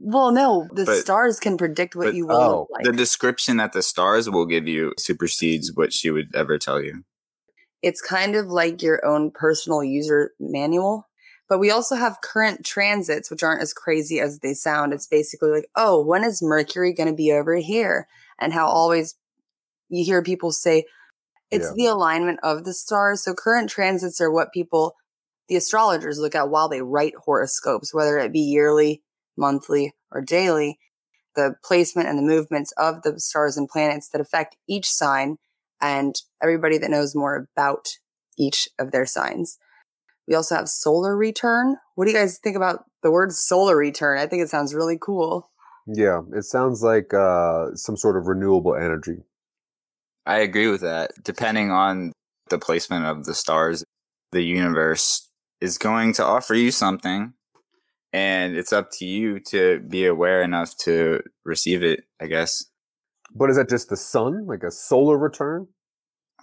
Speaker 1: Well, no, the
Speaker 3: But-
Speaker 1: stars can predict what
Speaker 3: but-
Speaker 1: you will
Speaker 2: oh,
Speaker 1: look like.
Speaker 3: the description that the stars will give you supersedes what she would ever tell you.
Speaker 1: it's kind of like your own personal user manual. But we also have current transits, which aren't as crazy as they sound. It's basically like, oh, when is Mercury going to be over here? And how always you hear people say it's
Speaker 2: Yeah.
Speaker 1: the alignment of the stars. So current transits are what people, the astrologers, look at while they write horoscopes, whether it be yearly, monthly, or daily. The placement and the movements of the stars and planets that affect each sign and everybody that knows more about each of their signs. We also have solar return. What do you guys think about the word solar return? I think it sounds really cool.
Speaker 2: yeah, it sounds like uh, some sort of renewable energy.
Speaker 3: I agree with that. Depending on the placement of the stars, the universe is going to offer you something, and it's up to you to be aware enough to receive it, I guess.
Speaker 2: But is that just the sun, like a solar return?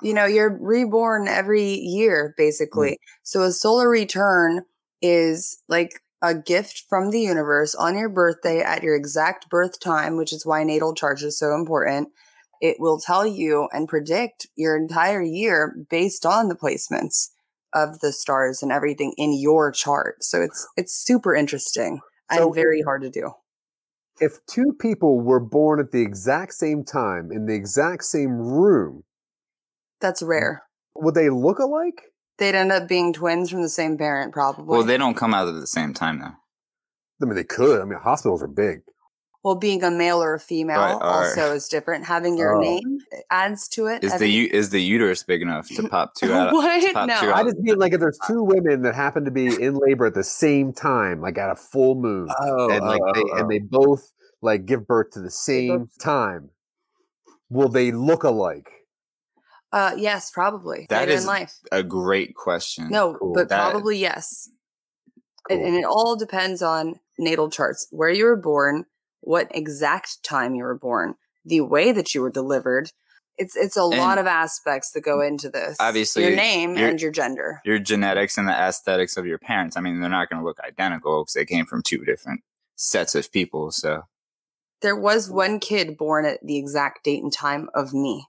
Speaker 1: You know, you're reborn every year, basically. So a solar return is like a gift from the universe on your birthday at your exact birth time, which is why natal charts are so important. It will tell you and predict your entire year based on the placements of the stars and everything in your chart. So it's it's super interesting and
Speaker 2: So-
Speaker 1: very hard to do.
Speaker 2: If two people were born at the exact same time in the exact same room,
Speaker 1: That's rare.
Speaker 2: would they look alike?
Speaker 1: They'd end up being twins from the same parent, probably.
Speaker 3: Well, they don't come out at the same time though.
Speaker 2: I mean, they could. I mean, hospitals are big.
Speaker 1: Well, being a male or a female
Speaker 3: Right, all right.
Speaker 1: also is different. Having your
Speaker 2: Oh.
Speaker 1: name adds to it.
Speaker 3: Is
Speaker 1: Every-
Speaker 3: the u- is the uterus big enough to pop two out? Of,
Speaker 1: What?
Speaker 3: pop
Speaker 1: No.
Speaker 3: two
Speaker 2: I
Speaker 3: out?
Speaker 2: just mean like if there's two women that happen to be in labor at the same time, like at a full moon, Uh,
Speaker 3: Oh,
Speaker 2: and like they and they both like give birth to the same time, will they look alike?
Speaker 1: Uh, yes, probably.
Speaker 3: That
Speaker 1: Later
Speaker 3: is
Speaker 1: in life.
Speaker 3: a great question.
Speaker 1: No,
Speaker 2: cool.
Speaker 1: but
Speaker 3: That-
Speaker 1: probably yes. And-
Speaker 2: Cool.
Speaker 1: And, it all depends on natal charts, where you were born, what exact time you were born, the way that you were delivered. It's it's a lot
Speaker 3: And-
Speaker 1: of aspects that go into this.
Speaker 3: Obviously,
Speaker 1: your name
Speaker 3: you're-
Speaker 1: and your gender.
Speaker 3: your genetics and the aesthetics of your parents. I mean, they're not going to look identical because they came from two different sets of people. So
Speaker 1: there was one kid born at the exact date and time of me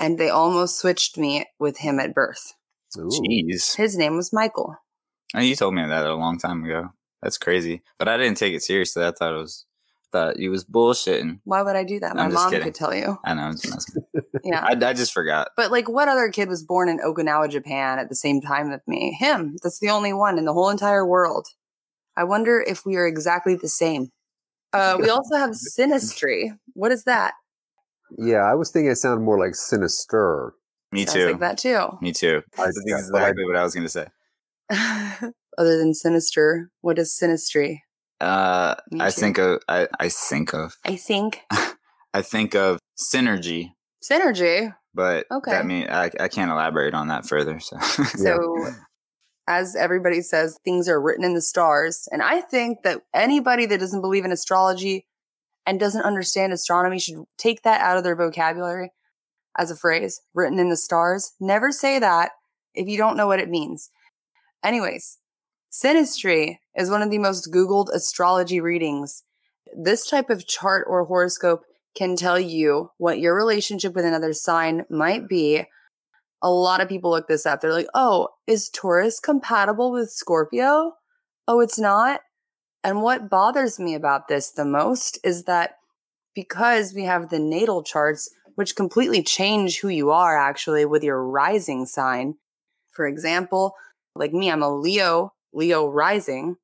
Speaker 1: and they almost switched me with him at birth
Speaker 2: Ooh.
Speaker 3: Jeez.
Speaker 1: his name was michael
Speaker 3: Oh, You told me that a long time ago. That's crazy. But I didn't take it seriously. I thought it was thought you was bullshitting.
Speaker 1: why would i do that my
Speaker 3: I'm just
Speaker 1: mom
Speaker 3: kidding.
Speaker 1: could tell you
Speaker 3: I know. I'm just messing.
Speaker 1: yeah
Speaker 3: I, I just forgot.
Speaker 1: but like what other kid was born in okinawa japan at the same time of me him that's the only one in the whole entire world i wonder if we are exactly the same uh, we also have sinistry what is that
Speaker 2: Yeah, I was thinking it sounded more like sinister.
Speaker 3: Me
Speaker 1: Sounds
Speaker 3: too.
Speaker 1: like that too
Speaker 3: Me too.
Speaker 2: I,
Speaker 3: That's
Speaker 2: yeah, but I-
Speaker 3: exactly what I was going to say.
Speaker 1: other than sinister what is sinistry
Speaker 3: Uh,
Speaker 1: Me
Speaker 3: I
Speaker 1: too.
Speaker 3: think of I, I think of
Speaker 1: i think
Speaker 3: I think of synergy,
Speaker 1: synergy
Speaker 3: but
Speaker 1: Okay.
Speaker 3: that mean I, I can't elaborate on that further. So
Speaker 2: Yeah.
Speaker 1: So, as everybody says, things are written in the stars. And I think that anybody that doesn't believe in astrology and doesn't understand astronomy should take that out of their vocabulary as a phrase written in the stars. Never say that if you don't know what it means. Anyways, sinistry is one of the most Googled astrology readings. This type of chart or horoscope can tell you what your relationship with another sign might be A lot of people look this up. They're like, oh, is Taurus compatible with Scorpio? Oh, it's not. And what bothers me about this the most is that because we have the natal charts, which completely change who you are actually with your rising sign. For example, like me, I'm a Leo, Leo rising.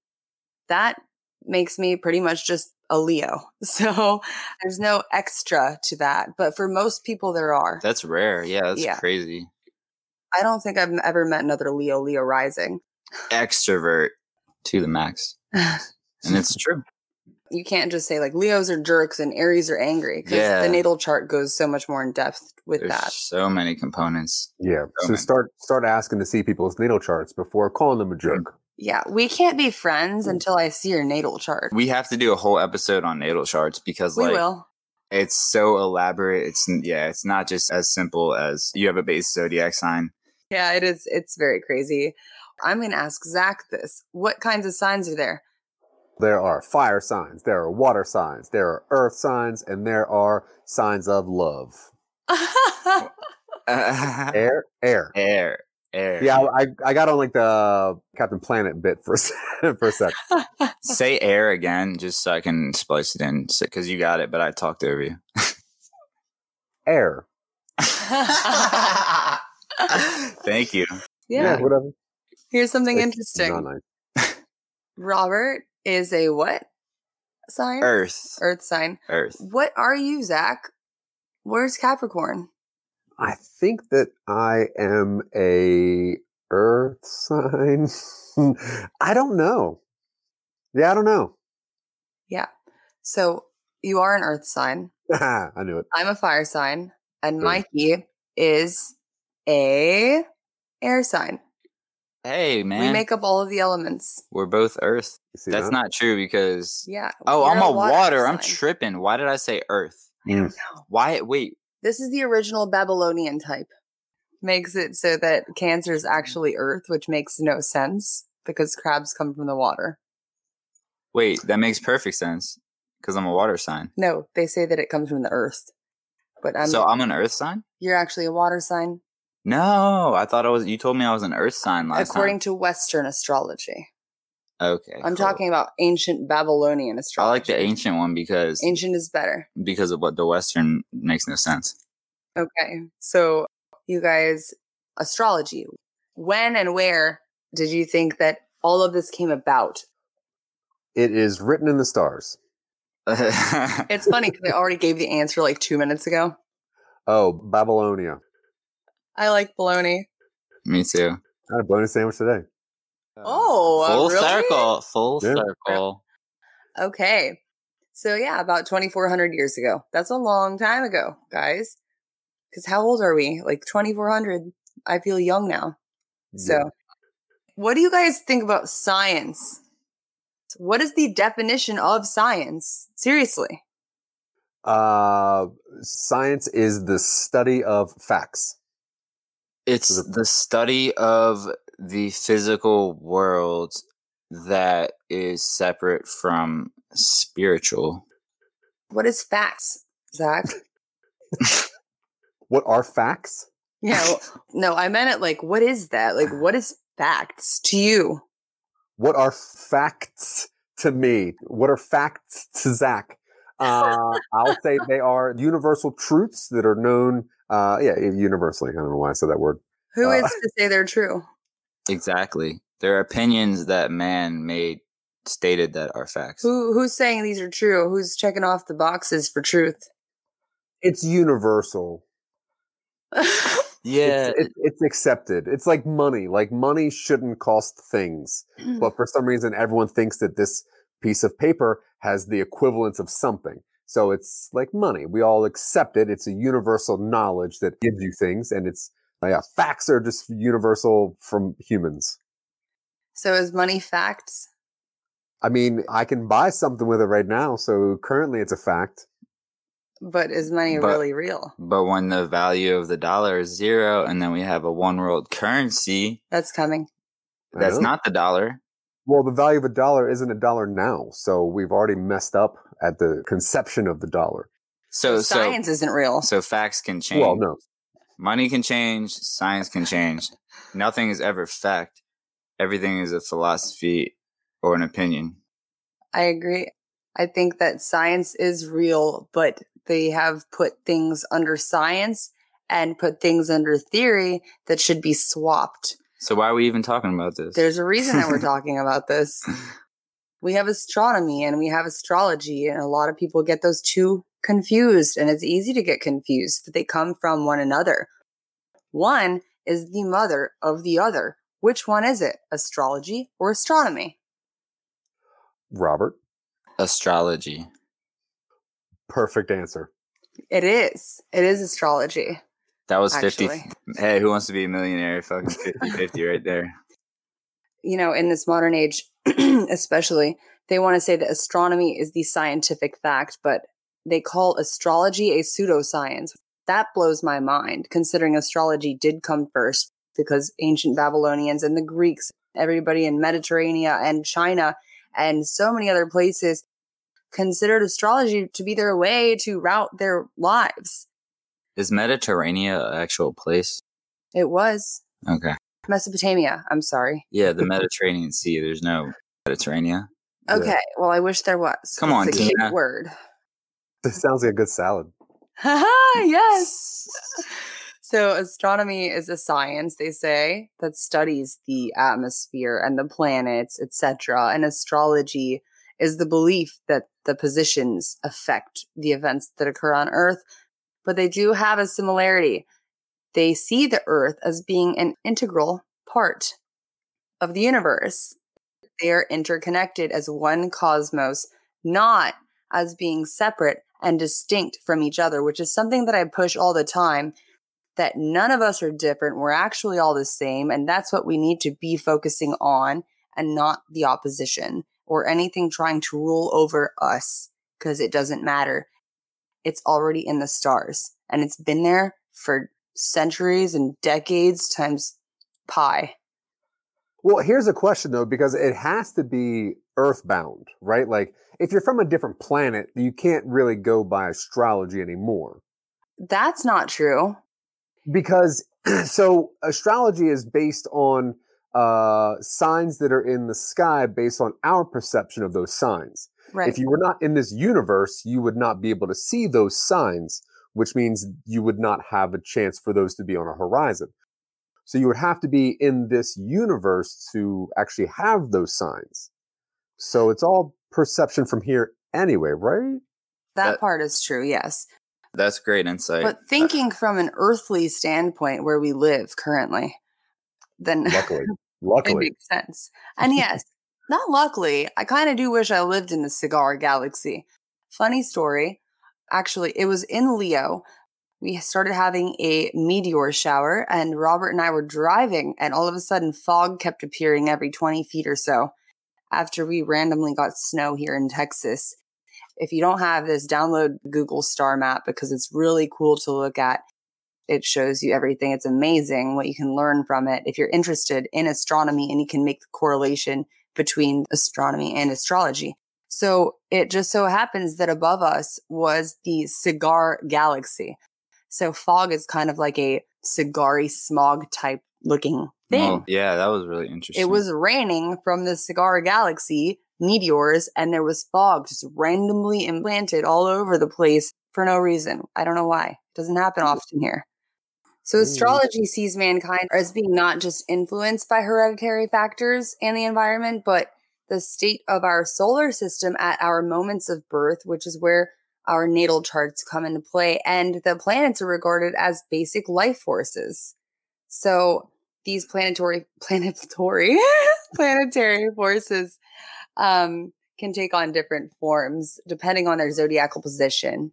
Speaker 1: That makes me pretty much just a Leo. So there's no extra to that. But for most people, there are.
Speaker 3: That's rare. Yeah, that's
Speaker 1: Yeah.
Speaker 3: crazy.
Speaker 1: I don't think I've ever met another Leo, Leo rising.
Speaker 3: Extrovert to the max. And it's true.
Speaker 1: You can't just say like Leos are jerks and Aries are angry because
Speaker 3: Yeah.
Speaker 1: the natal chart goes so much more in depth with
Speaker 3: There's
Speaker 1: that.
Speaker 3: so many components.
Speaker 2: Yeah. So
Speaker 3: Okay.
Speaker 2: start start asking to see people's natal charts before calling them a jerk.
Speaker 1: Yeah, we can't be friends until I see your natal chart.
Speaker 3: We have to do a whole episode on natal charts because
Speaker 1: We
Speaker 3: like
Speaker 1: will.
Speaker 3: it's so elaborate. It's n- yeah, it's not just as simple as you have a base zodiac sign.
Speaker 1: Yeah, it is. It's very crazy. I'm going to ask Zach this. What kinds of signs are there?
Speaker 2: There are fire signs, there are water signs, there are earth signs, and there are signs of love. Air, air.
Speaker 3: air, air.
Speaker 2: Yeah, I, I got on like the uh, Captain Planet bit for a se- for a second.
Speaker 3: Say air again, just so I can splice it in, because you got it, but I talked over you.
Speaker 2: Air.
Speaker 3: Thank you.
Speaker 1: yeah.
Speaker 2: whatever.
Speaker 1: Here's something
Speaker 2: It's
Speaker 1: interesting.
Speaker 2: Not nice.
Speaker 1: Robert is a what sign?
Speaker 3: Earth,
Speaker 1: Earth sign.
Speaker 3: Earth.
Speaker 1: What are you, Zach? Where's Capricorn?
Speaker 2: I think that I am a earth sign. I don't know. Yeah, I don't know.
Speaker 1: So you are an Earth sign.
Speaker 2: I knew it.
Speaker 1: I'm a fire sign, and
Speaker 2: Sure.
Speaker 1: Mikey is a air sign.
Speaker 3: Hey man,
Speaker 1: We make up all of the elements.
Speaker 3: we're both Earth.
Speaker 2: You see
Speaker 3: That's
Speaker 2: that?
Speaker 3: not true because
Speaker 1: Yeah.
Speaker 3: oh,
Speaker 1: we're
Speaker 3: I'm a water. I'm
Speaker 1: sign.
Speaker 3: tripping. Why did I say Earth?
Speaker 1: No.
Speaker 3: Why? Wait,
Speaker 1: This is the original Babylonian type. Makes it so that Cancer
Speaker 3: Mm.
Speaker 1: is actually Earth, which makes no sense because crabs come from the water.
Speaker 3: wait. That makes perfect sense because I'm a water sign.
Speaker 1: No, they say that it comes from the Earth. But I'm,
Speaker 3: so I'm an Earth sign.
Speaker 1: you're actually a water sign
Speaker 3: No, I thought I was. You told me I was an Earth sign last
Speaker 1: according
Speaker 3: time.
Speaker 1: to Western astrology.
Speaker 3: okay,
Speaker 1: I'm
Speaker 3: cool.
Speaker 1: talking about ancient Babylonian
Speaker 3: I
Speaker 1: astrology.
Speaker 3: like the ancient one because
Speaker 1: Ancient is better.
Speaker 3: because of what the Western makes no sense.
Speaker 1: Okay. So, you guys, astrology, when and where did you think that all of this came about?
Speaker 2: It is written in the stars.
Speaker 1: It's funny because I already gave the answer like two minutes ago.
Speaker 2: Oh, Babylonia.
Speaker 1: I like bologna.
Speaker 3: me too.
Speaker 2: I had a bologna sandwich today.
Speaker 1: Oh, uh,
Speaker 3: full
Speaker 1: really?
Speaker 3: circle, full
Speaker 2: Yeah.
Speaker 3: circle.
Speaker 1: Okay. So, yeah, about 2,400 years ago. That's a long time ago, guys. Because how old are we? Like 2,400. I feel young now. So, what do you guys think about science? What is the definition of science? Seriously.
Speaker 2: Uh, science is the study of facts.
Speaker 3: It's the study of the physical world that is separate from spiritual.
Speaker 1: What is facts, Zach?
Speaker 2: What are facts?
Speaker 1: Yeah. well, no, I meant it like, what is that? Like, what is facts to you?
Speaker 2: What are facts to me? What are facts to Zach? Uh, I'll say they are universal truths that are known. Uh, yeah, universally. I don't know why I said that word.
Speaker 1: Who
Speaker 2: Uh,
Speaker 1: is to say they're true?
Speaker 3: Exactly. There are opinions that man made stated that are facts.
Speaker 1: Who who's saying these are true? Who's checking off the boxes for truth?
Speaker 2: It's universal.
Speaker 3: Yeah.
Speaker 2: It's, it's, it's accepted. It's like money. Like money shouldn't cost things, but for some reason, everyone thinks that this piece of paper has the equivalence of something. So it's like money. We all accept it. It's a universal knowledge that gives you things, and it's yeah. Facts are just universal from humans.
Speaker 1: so is money facts?
Speaker 2: I mean, I can buy something with it right now. So currently, it's a fact.
Speaker 1: But is money
Speaker 3: But-
Speaker 1: really real?
Speaker 3: But when the value of the dollar is zero and then we have a one world currency
Speaker 1: That's coming.
Speaker 2: I
Speaker 3: that's
Speaker 2: know.
Speaker 3: not the dollar.
Speaker 2: Well, the value of a dollar isn't a dollar now. So we've already messed up at the conception of the dollar.
Speaker 3: So so
Speaker 1: Science isn't real.
Speaker 3: so facts can change.
Speaker 2: Well, no.
Speaker 3: Money can change, science can change. Nothing is ever fact. Everything is a philosophy or an opinion.
Speaker 1: I agree. I think that science is real, but they have put things under science and put things under theory that should be swapped.
Speaker 3: So why are we even talking about this?
Speaker 1: There's a reason that we're talking about this. We have astronomy and we have astrology, and a lot of people get those two confused, and it's easy to get confused, but they come from one another. One is the mother of the other. Which one is it, astrology or astronomy?
Speaker 2: Robert,
Speaker 3: Astrology.
Speaker 2: perfect answer.
Speaker 1: It is. It is astrology.
Speaker 3: That was 50.
Speaker 1: Actually.
Speaker 3: Hey, who wants to be a millionaire? Fucking 50 50 right there.
Speaker 1: you know, in this modern age, especially, they want to say that astronomy is the scientific fact, but they call astrology a pseudoscience. That blows my mind, considering astrology did come first because ancient Babylonians and the Greeks, everybody in Mediterranean and China and so many other places considered astrology to be their way to route their lives.
Speaker 3: Is Mediterranean an actual place?
Speaker 1: It was
Speaker 3: Okay.
Speaker 1: Mesopotamia. I'm sorry.
Speaker 3: Yeah, the Mediterranean Sea. There's no Mediterranean.
Speaker 2: Yeah.
Speaker 1: Okay. Well, I wish there was.
Speaker 3: Come on,
Speaker 1: It's a cute
Speaker 3: Tina.
Speaker 1: word.
Speaker 2: This sounds like a good salad.
Speaker 1: Haha, yes. So, astronomy is a science, they say, that studies the atmosphere and the planets, etc. And astrology is the belief that the positions affect the events that occur on Earth. But they do have a similarity. They see the Earth as being an integral part of the universe. They are interconnected as one cosmos, not as being separate and distinct from each other, which is something that I push all the time that none of us are different. We're actually all the same. And that's what we need to be focusing on and not the opposition or anything trying to rule over us because it doesn't matter. It's already in the stars and it's been there for centuries and decades times pi.
Speaker 2: Well, here's a question though, because it has to be earthbound, right? Like if you're from a different planet, you can't really go by astrology anymore.
Speaker 1: That's not true.
Speaker 2: Because so astrology is based on uh, signs that are in the sky based on our perception of those signs.
Speaker 1: Right.
Speaker 2: If you were not in this universe, you would not be able to see those signs, which means you would not have a chance for those to be on a horizon. So you would have to be in this universe to actually have those signs. So it's all perception from here anyway, right?
Speaker 1: that
Speaker 3: that-
Speaker 1: part is true. Yes.
Speaker 3: That's great insight. Uh,
Speaker 1: But thinking from an earthly standpoint where we live currently, then
Speaker 2: Luckily.
Speaker 1: it
Speaker 2: Luckily.
Speaker 1: makes sense. And yes, not luckily, I kind of do wish I lived in the cigar galaxy. Funny story. Actually, it was in Leo. We started having a meteor shower, and Robert and I were driving, and all of a sudden, fog kept appearing every 20 feet or so after we randomly got snow here in Texas. If you don't have this, download Google Star Map because it's really cool to look at. It shows you everything. It's amazing what you can learn from it if you're interested in astronomy and you can make the correlation between astronomy and astrology. So it just so happens that above us was the cigar galaxy. So fog is kind of like a cigary smog type looking thing.
Speaker 3: Well, yeah, that was really interesting.
Speaker 1: It was raining from the cigar galaxy, meteors, and there was fog just randomly implanted all over the place for no reason. I don't know why. It doesn't happen often here. So
Speaker 2: Mm.
Speaker 1: astrology sees mankind as being not just influenced by hereditary factors and the environment, but the state of our solar system at our moments of birth, which is where our natal charts come into play, and the planets are regarded as basic life forces. So these planetary planetary planetary forces um, can take on different forms depending on their zodiacal position.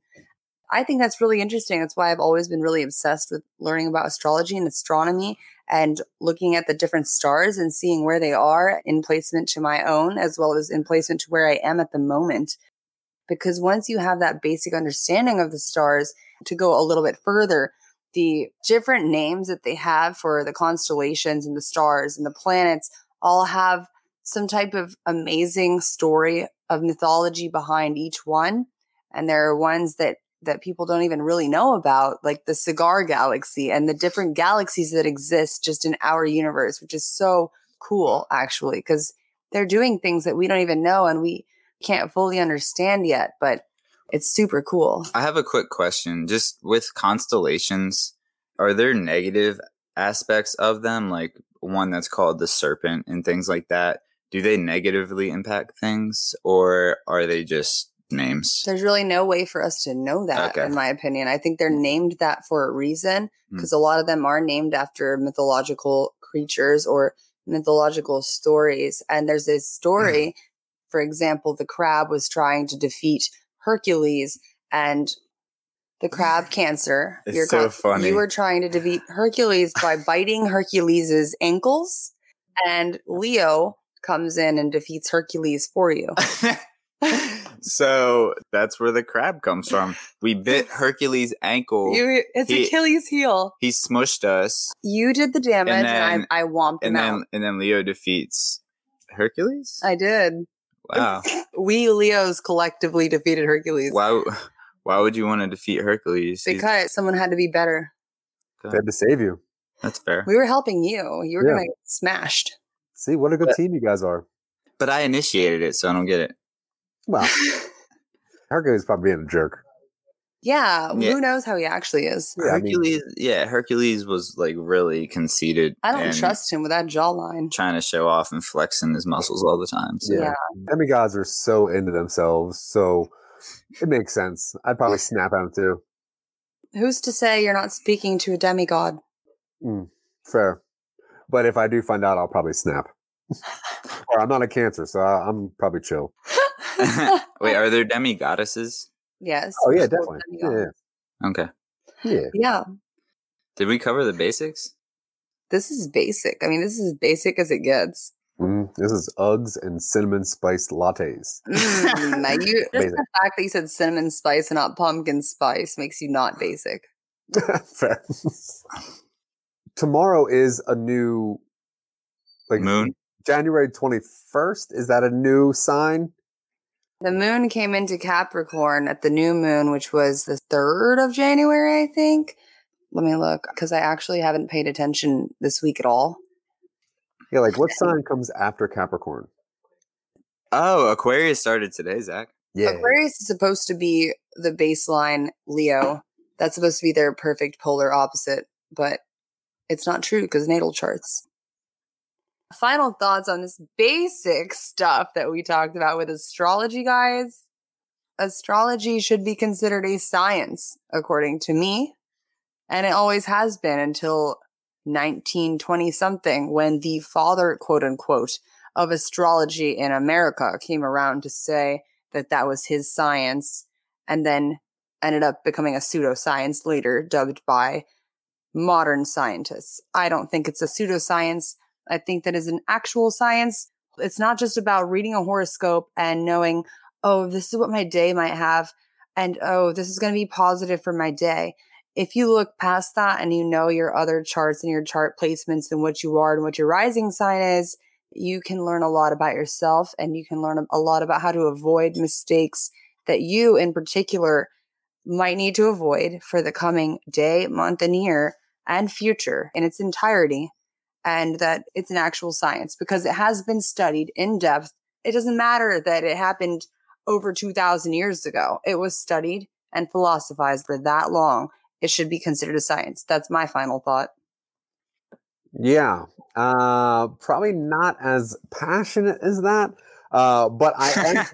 Speaker 1: I think that's really interesting. That's why I've always been really obsessed with learning about astrology and astronomy and looking at the different stars and seeing where they are in placement to my own, as well as in placement to where I am at the moment. Because once you have that basic understanding of the stars, to go a little bit further, the different names that they have for the constellations and the stars and the planets all have some type of amazing story of mythology behind each one. And there are ones that that people don't even really know about, like the cigar galaxy and the different galaxies that exist just in our universe, which is so cool, actually, because they're doing things that we don't even know and we can't fully understand yet, but it's super cool.
Speaker 3: I have a quick question. Just with constellations, are there negative aspects of them, like one that's called the serpent and things like that? Do they negatively impact things or are they just names?
Speaker 1: There's really no way for us to know that,
Speaker 3: Okay. Mm. Hmm.
Speaker 1: in my opinion. I think they're named that for a reason because a lot of them are named after mythological creatures or mythological stories. And there's this
Speaker 3: Mm-hmm.
Speaker 1: story, for example, the crab was trying to defeat Hercules and the crab cancer.
Speaker 3: It's
Speaker 1: your
Speaker 3: so
Speaker 1: crab-
Speaker 3: funny.
Speaker 1: You were trying to defeat Hercules by biting Hercules's ankles, and Leo comes in and defeats Hercules for you.
Speaker 3: so that's where the crab comes from. We bit Hercules' ankle.
Speaker 1: You, it's
Speaker 3: Oh, He-
Speaker 1: Achilles' heel.
Speaker 3: he smushed us,
Speaker 1: You did the damage, and,
Speaker 3: then-
Speaker 1: I, I womped him
Speaker 3: and then
Speaker 1: out.
Speaker 3: and then Leo defeats Hercules.
Speaker 1: I did.
Speaker 3: wow,
Speaker 1: We Leos collectively defeated Hercules
Speaker 3: why why would you want to defeat Hercules? He's-
Speaker 1: because someone had to be better.
Speaker 2: They had to save you.
Speaker 3: That's fair.
Speaker 1: We were helping you. You were
Speaker 2: Yeah.
Speaker 1: gonna get smashed.
Speaker 2: See what a good
Speaker 3: But-
Speaker 2: team you guys are.
Speaker 3: But I initiated it, so I don't get it.
Speaker 2: Well, Hercules probably being a jerk.
Speaker 1: yeah,
Speaker 3: Yeah.
Speaker 1: Who knows how he actually is?
Speaker 2: Yeah, I mean-
Speaker 3: Hercules, yeah, Hercules was like really conceited.
Speaker 1: I don't
Speaker 3: and
Speaker 1: trust him with that jawline.
Speaker 3: trying to show off and flexing his muscles all the time. So.
Speaker 1: Yeah.
Speaker 2: Demigods are so into themselves, so it makes sense. I'd probably snap at him too.
Speaker 1: Who's to say you're not speaking to a demigod?
Speaker 2: Fair. But if I do find out, I'll probably snap. or I'm not a cancer, so I, I'm probably chill.
Speaker 3: Wait, are there demi goddesses?
Speaker 1: yes.
Speaker 2: Oh yeah,
Speaker 1: we're
Speaker 2: definitely.
Speaker 1: both
Speaker 2: Yeah,
Speaker 1: demigod.
Speaker 3: Okay.
Speaker 2: yeah, yeah.
Speaker 1: yeah.
Speaker 3: Did we cover the basics?
Speaker 1: This is basic. I mean, this is as basic as it gets.
Speaker 2: Mm, this is Uggs and cinnamon spiced lattes.
Speaker 1: Mm, now you, just
Speaker 2: Basic.
Speaker 1: the fact that you said cinnamon spice and not pumpkin spice makes you not basic.
Speaker 2: Fair. Tomorrow is a new, like
Speaker 3: Moon.
Speaker 2: January 21st. Is that a new sign?
Speaker 1: The moon came into Capricorn at the new moon, which was the 3rd of January, I think. Let me look because I actually haven't paid attention this week at all.
Speaker 2: Yeah, like what sign comes after Capricorn?
Speaker 3: Oh, Aquarius started today, Zach.
Speaker 2: Yeah.
Speaker 1: Aquarius is supposed to be the baseline Leo. That's supposed to be their perfect polar opposite, but it's not true because natal charts. Final thoughts on this basic stuff that we talked about with astrology, guys. Astrology should be considered a science, according to me. And it always has been until 1920 something when the father, quote unquote, of astrology in America came around to say that that was his science and then ended up becoming a pseudoscience later dubbed by modern scientists. I don't think it's a pseudoscience. I think that is an actual science. It's not just about reading a horoscope and knowing, oh, this is what my day might have and oh, this is going to be positive for my day. If you look past that and you know your other charts and your chart placements and what you are and what your rising sign is, you can learn a lot about yourself and you can learn a lot about how to avoid mistakes that you in particular might need to avoid for the coming day, month, and year and future in its entirety. And that it's an actual science because it has been studied in depth. It doesn't matter that it happened over 2,000 years ago, it was studied and philosophized for that long. It should be considered a science. That's my final thought.
Speaker 2: Yeah. Uh, probably not as passionate as that. Uh, but I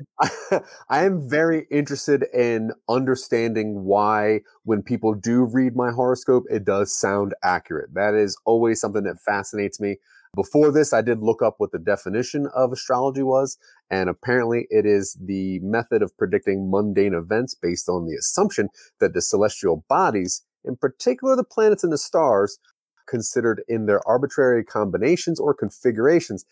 Speaker 2: am, I am very interested in understanding why, when people do read my horoscope, it does sound accurate. That is always something that fascinates me. Before this, I did look up what the definition of astrology was, and apparently it is the method of predicting mundane events based on the assumption that the celestial bodies, in particular the planets and the stars, considered in their arbitrary combinations or configurations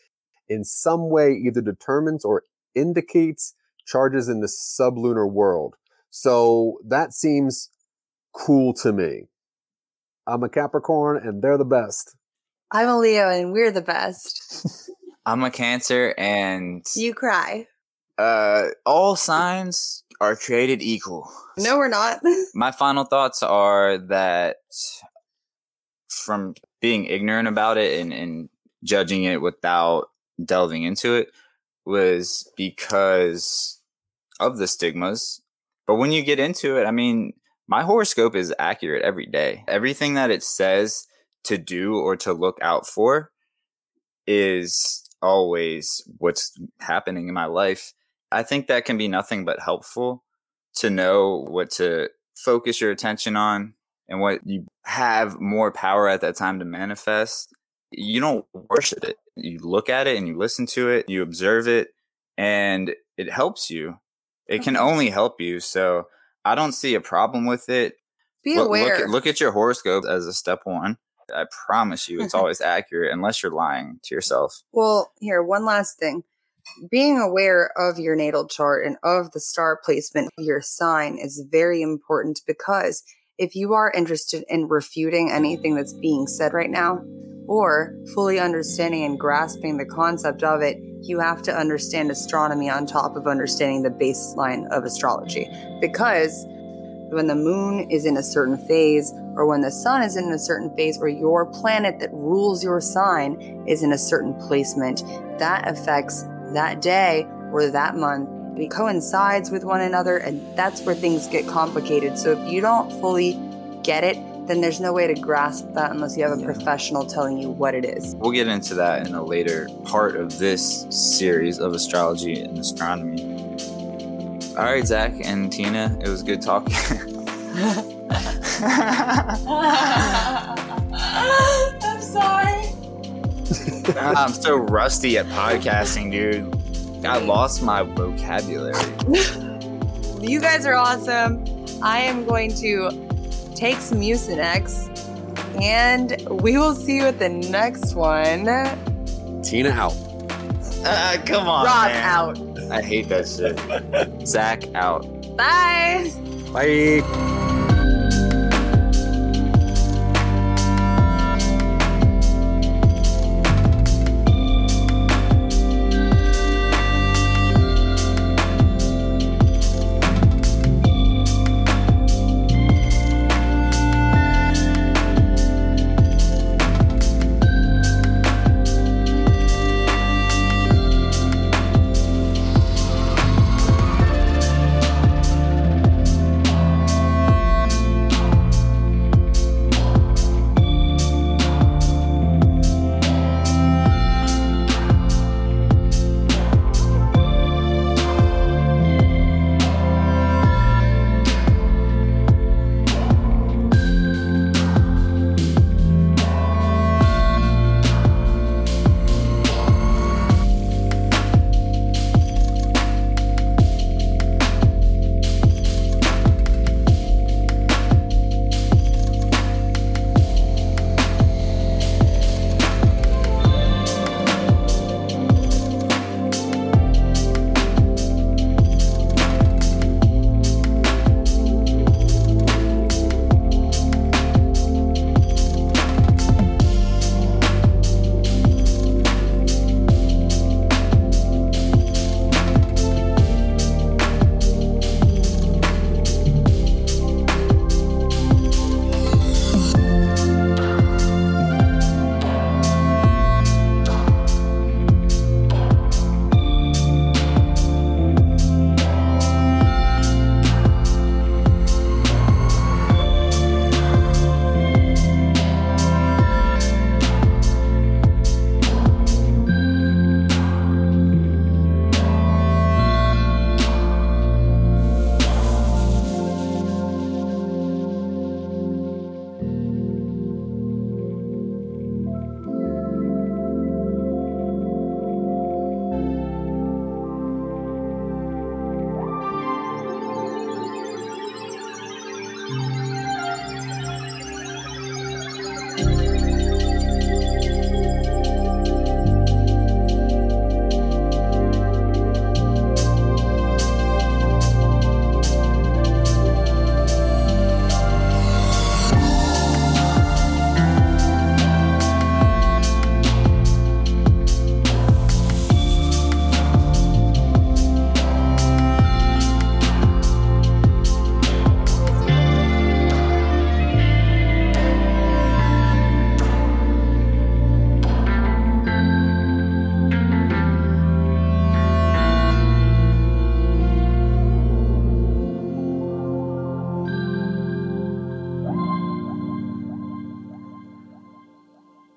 Speaker 2: in some way either determines or indicates charges in the sublunar world. So that seems cool to me. I'm a Capricorn and they're the best.
Speaker 1: I'm a Leo and we're the best.
Speaker 3: I'm a Cancer, and
Speaker 1: You cry.
Speaker 3: uh, all signs are created equal.
Speaker 1: No, we're not.
Speaker 3: My final thoughts are that from being ignorant about it and, and judging it without delving into it was because of the stigmas. But when you get into it, I mean, my horoscope is accurate every day. Everything that it says to do or to look out for is always what's happening in my life. I think that can be nothing but helpful to know what to focus your attention on and what you have more power at that time to manifest. You don't worship it. You look at it and you listen to it, you observe it, and it helps you. It can only help you. So I don't see a problem with it.
Speaker 1: Be
Speaker 3: Look-
Speaker 1: aware.
Speaker 3: Look, at- look at your horoscope as a step one. I promise you, it's always accurate unless you're lying to yourself.
Speaker 1: Well, here, one last thing. Being aware of your natal chart and of the star placement of your sign is very important because if you are interested in refuting anything that's being said right now, or fully understanding and grasping the concept of it, you have to understand astronomy on top of understanding the baseline of astrology. Because when the moon is in a certain phase, or when the sun is in a certain phase, or your planet that rules your sign is in a certain placement that affects that day or that month. It coincides with one another, and that's where things get complicated. So if you don't fully get it, then there's no way to grasp that unless you have a
Speaker 3: Yeah.
Speaker 1: professional telling you what it is.
Speaker 3: We'll get into that in a later part of this series of astrology and astronomy. All right, Zach and Tina, it was good talking.
Speaker 4: I'm sorry.
Speaker 3: I'm so rusty at podcasting, dude. I lost my vocabulary.
Speaker 1: You guys are awesome. I am going to take some Mucinex, and we will see you at the next one. Rock
Speaker 2: Tina out.
Speaker 3: Ah, come on. man.
Speaker 1: out.
Speaker 3: I hate that shit. Zach out.
Speaker 1: Bye.
Speaker 2: Bye.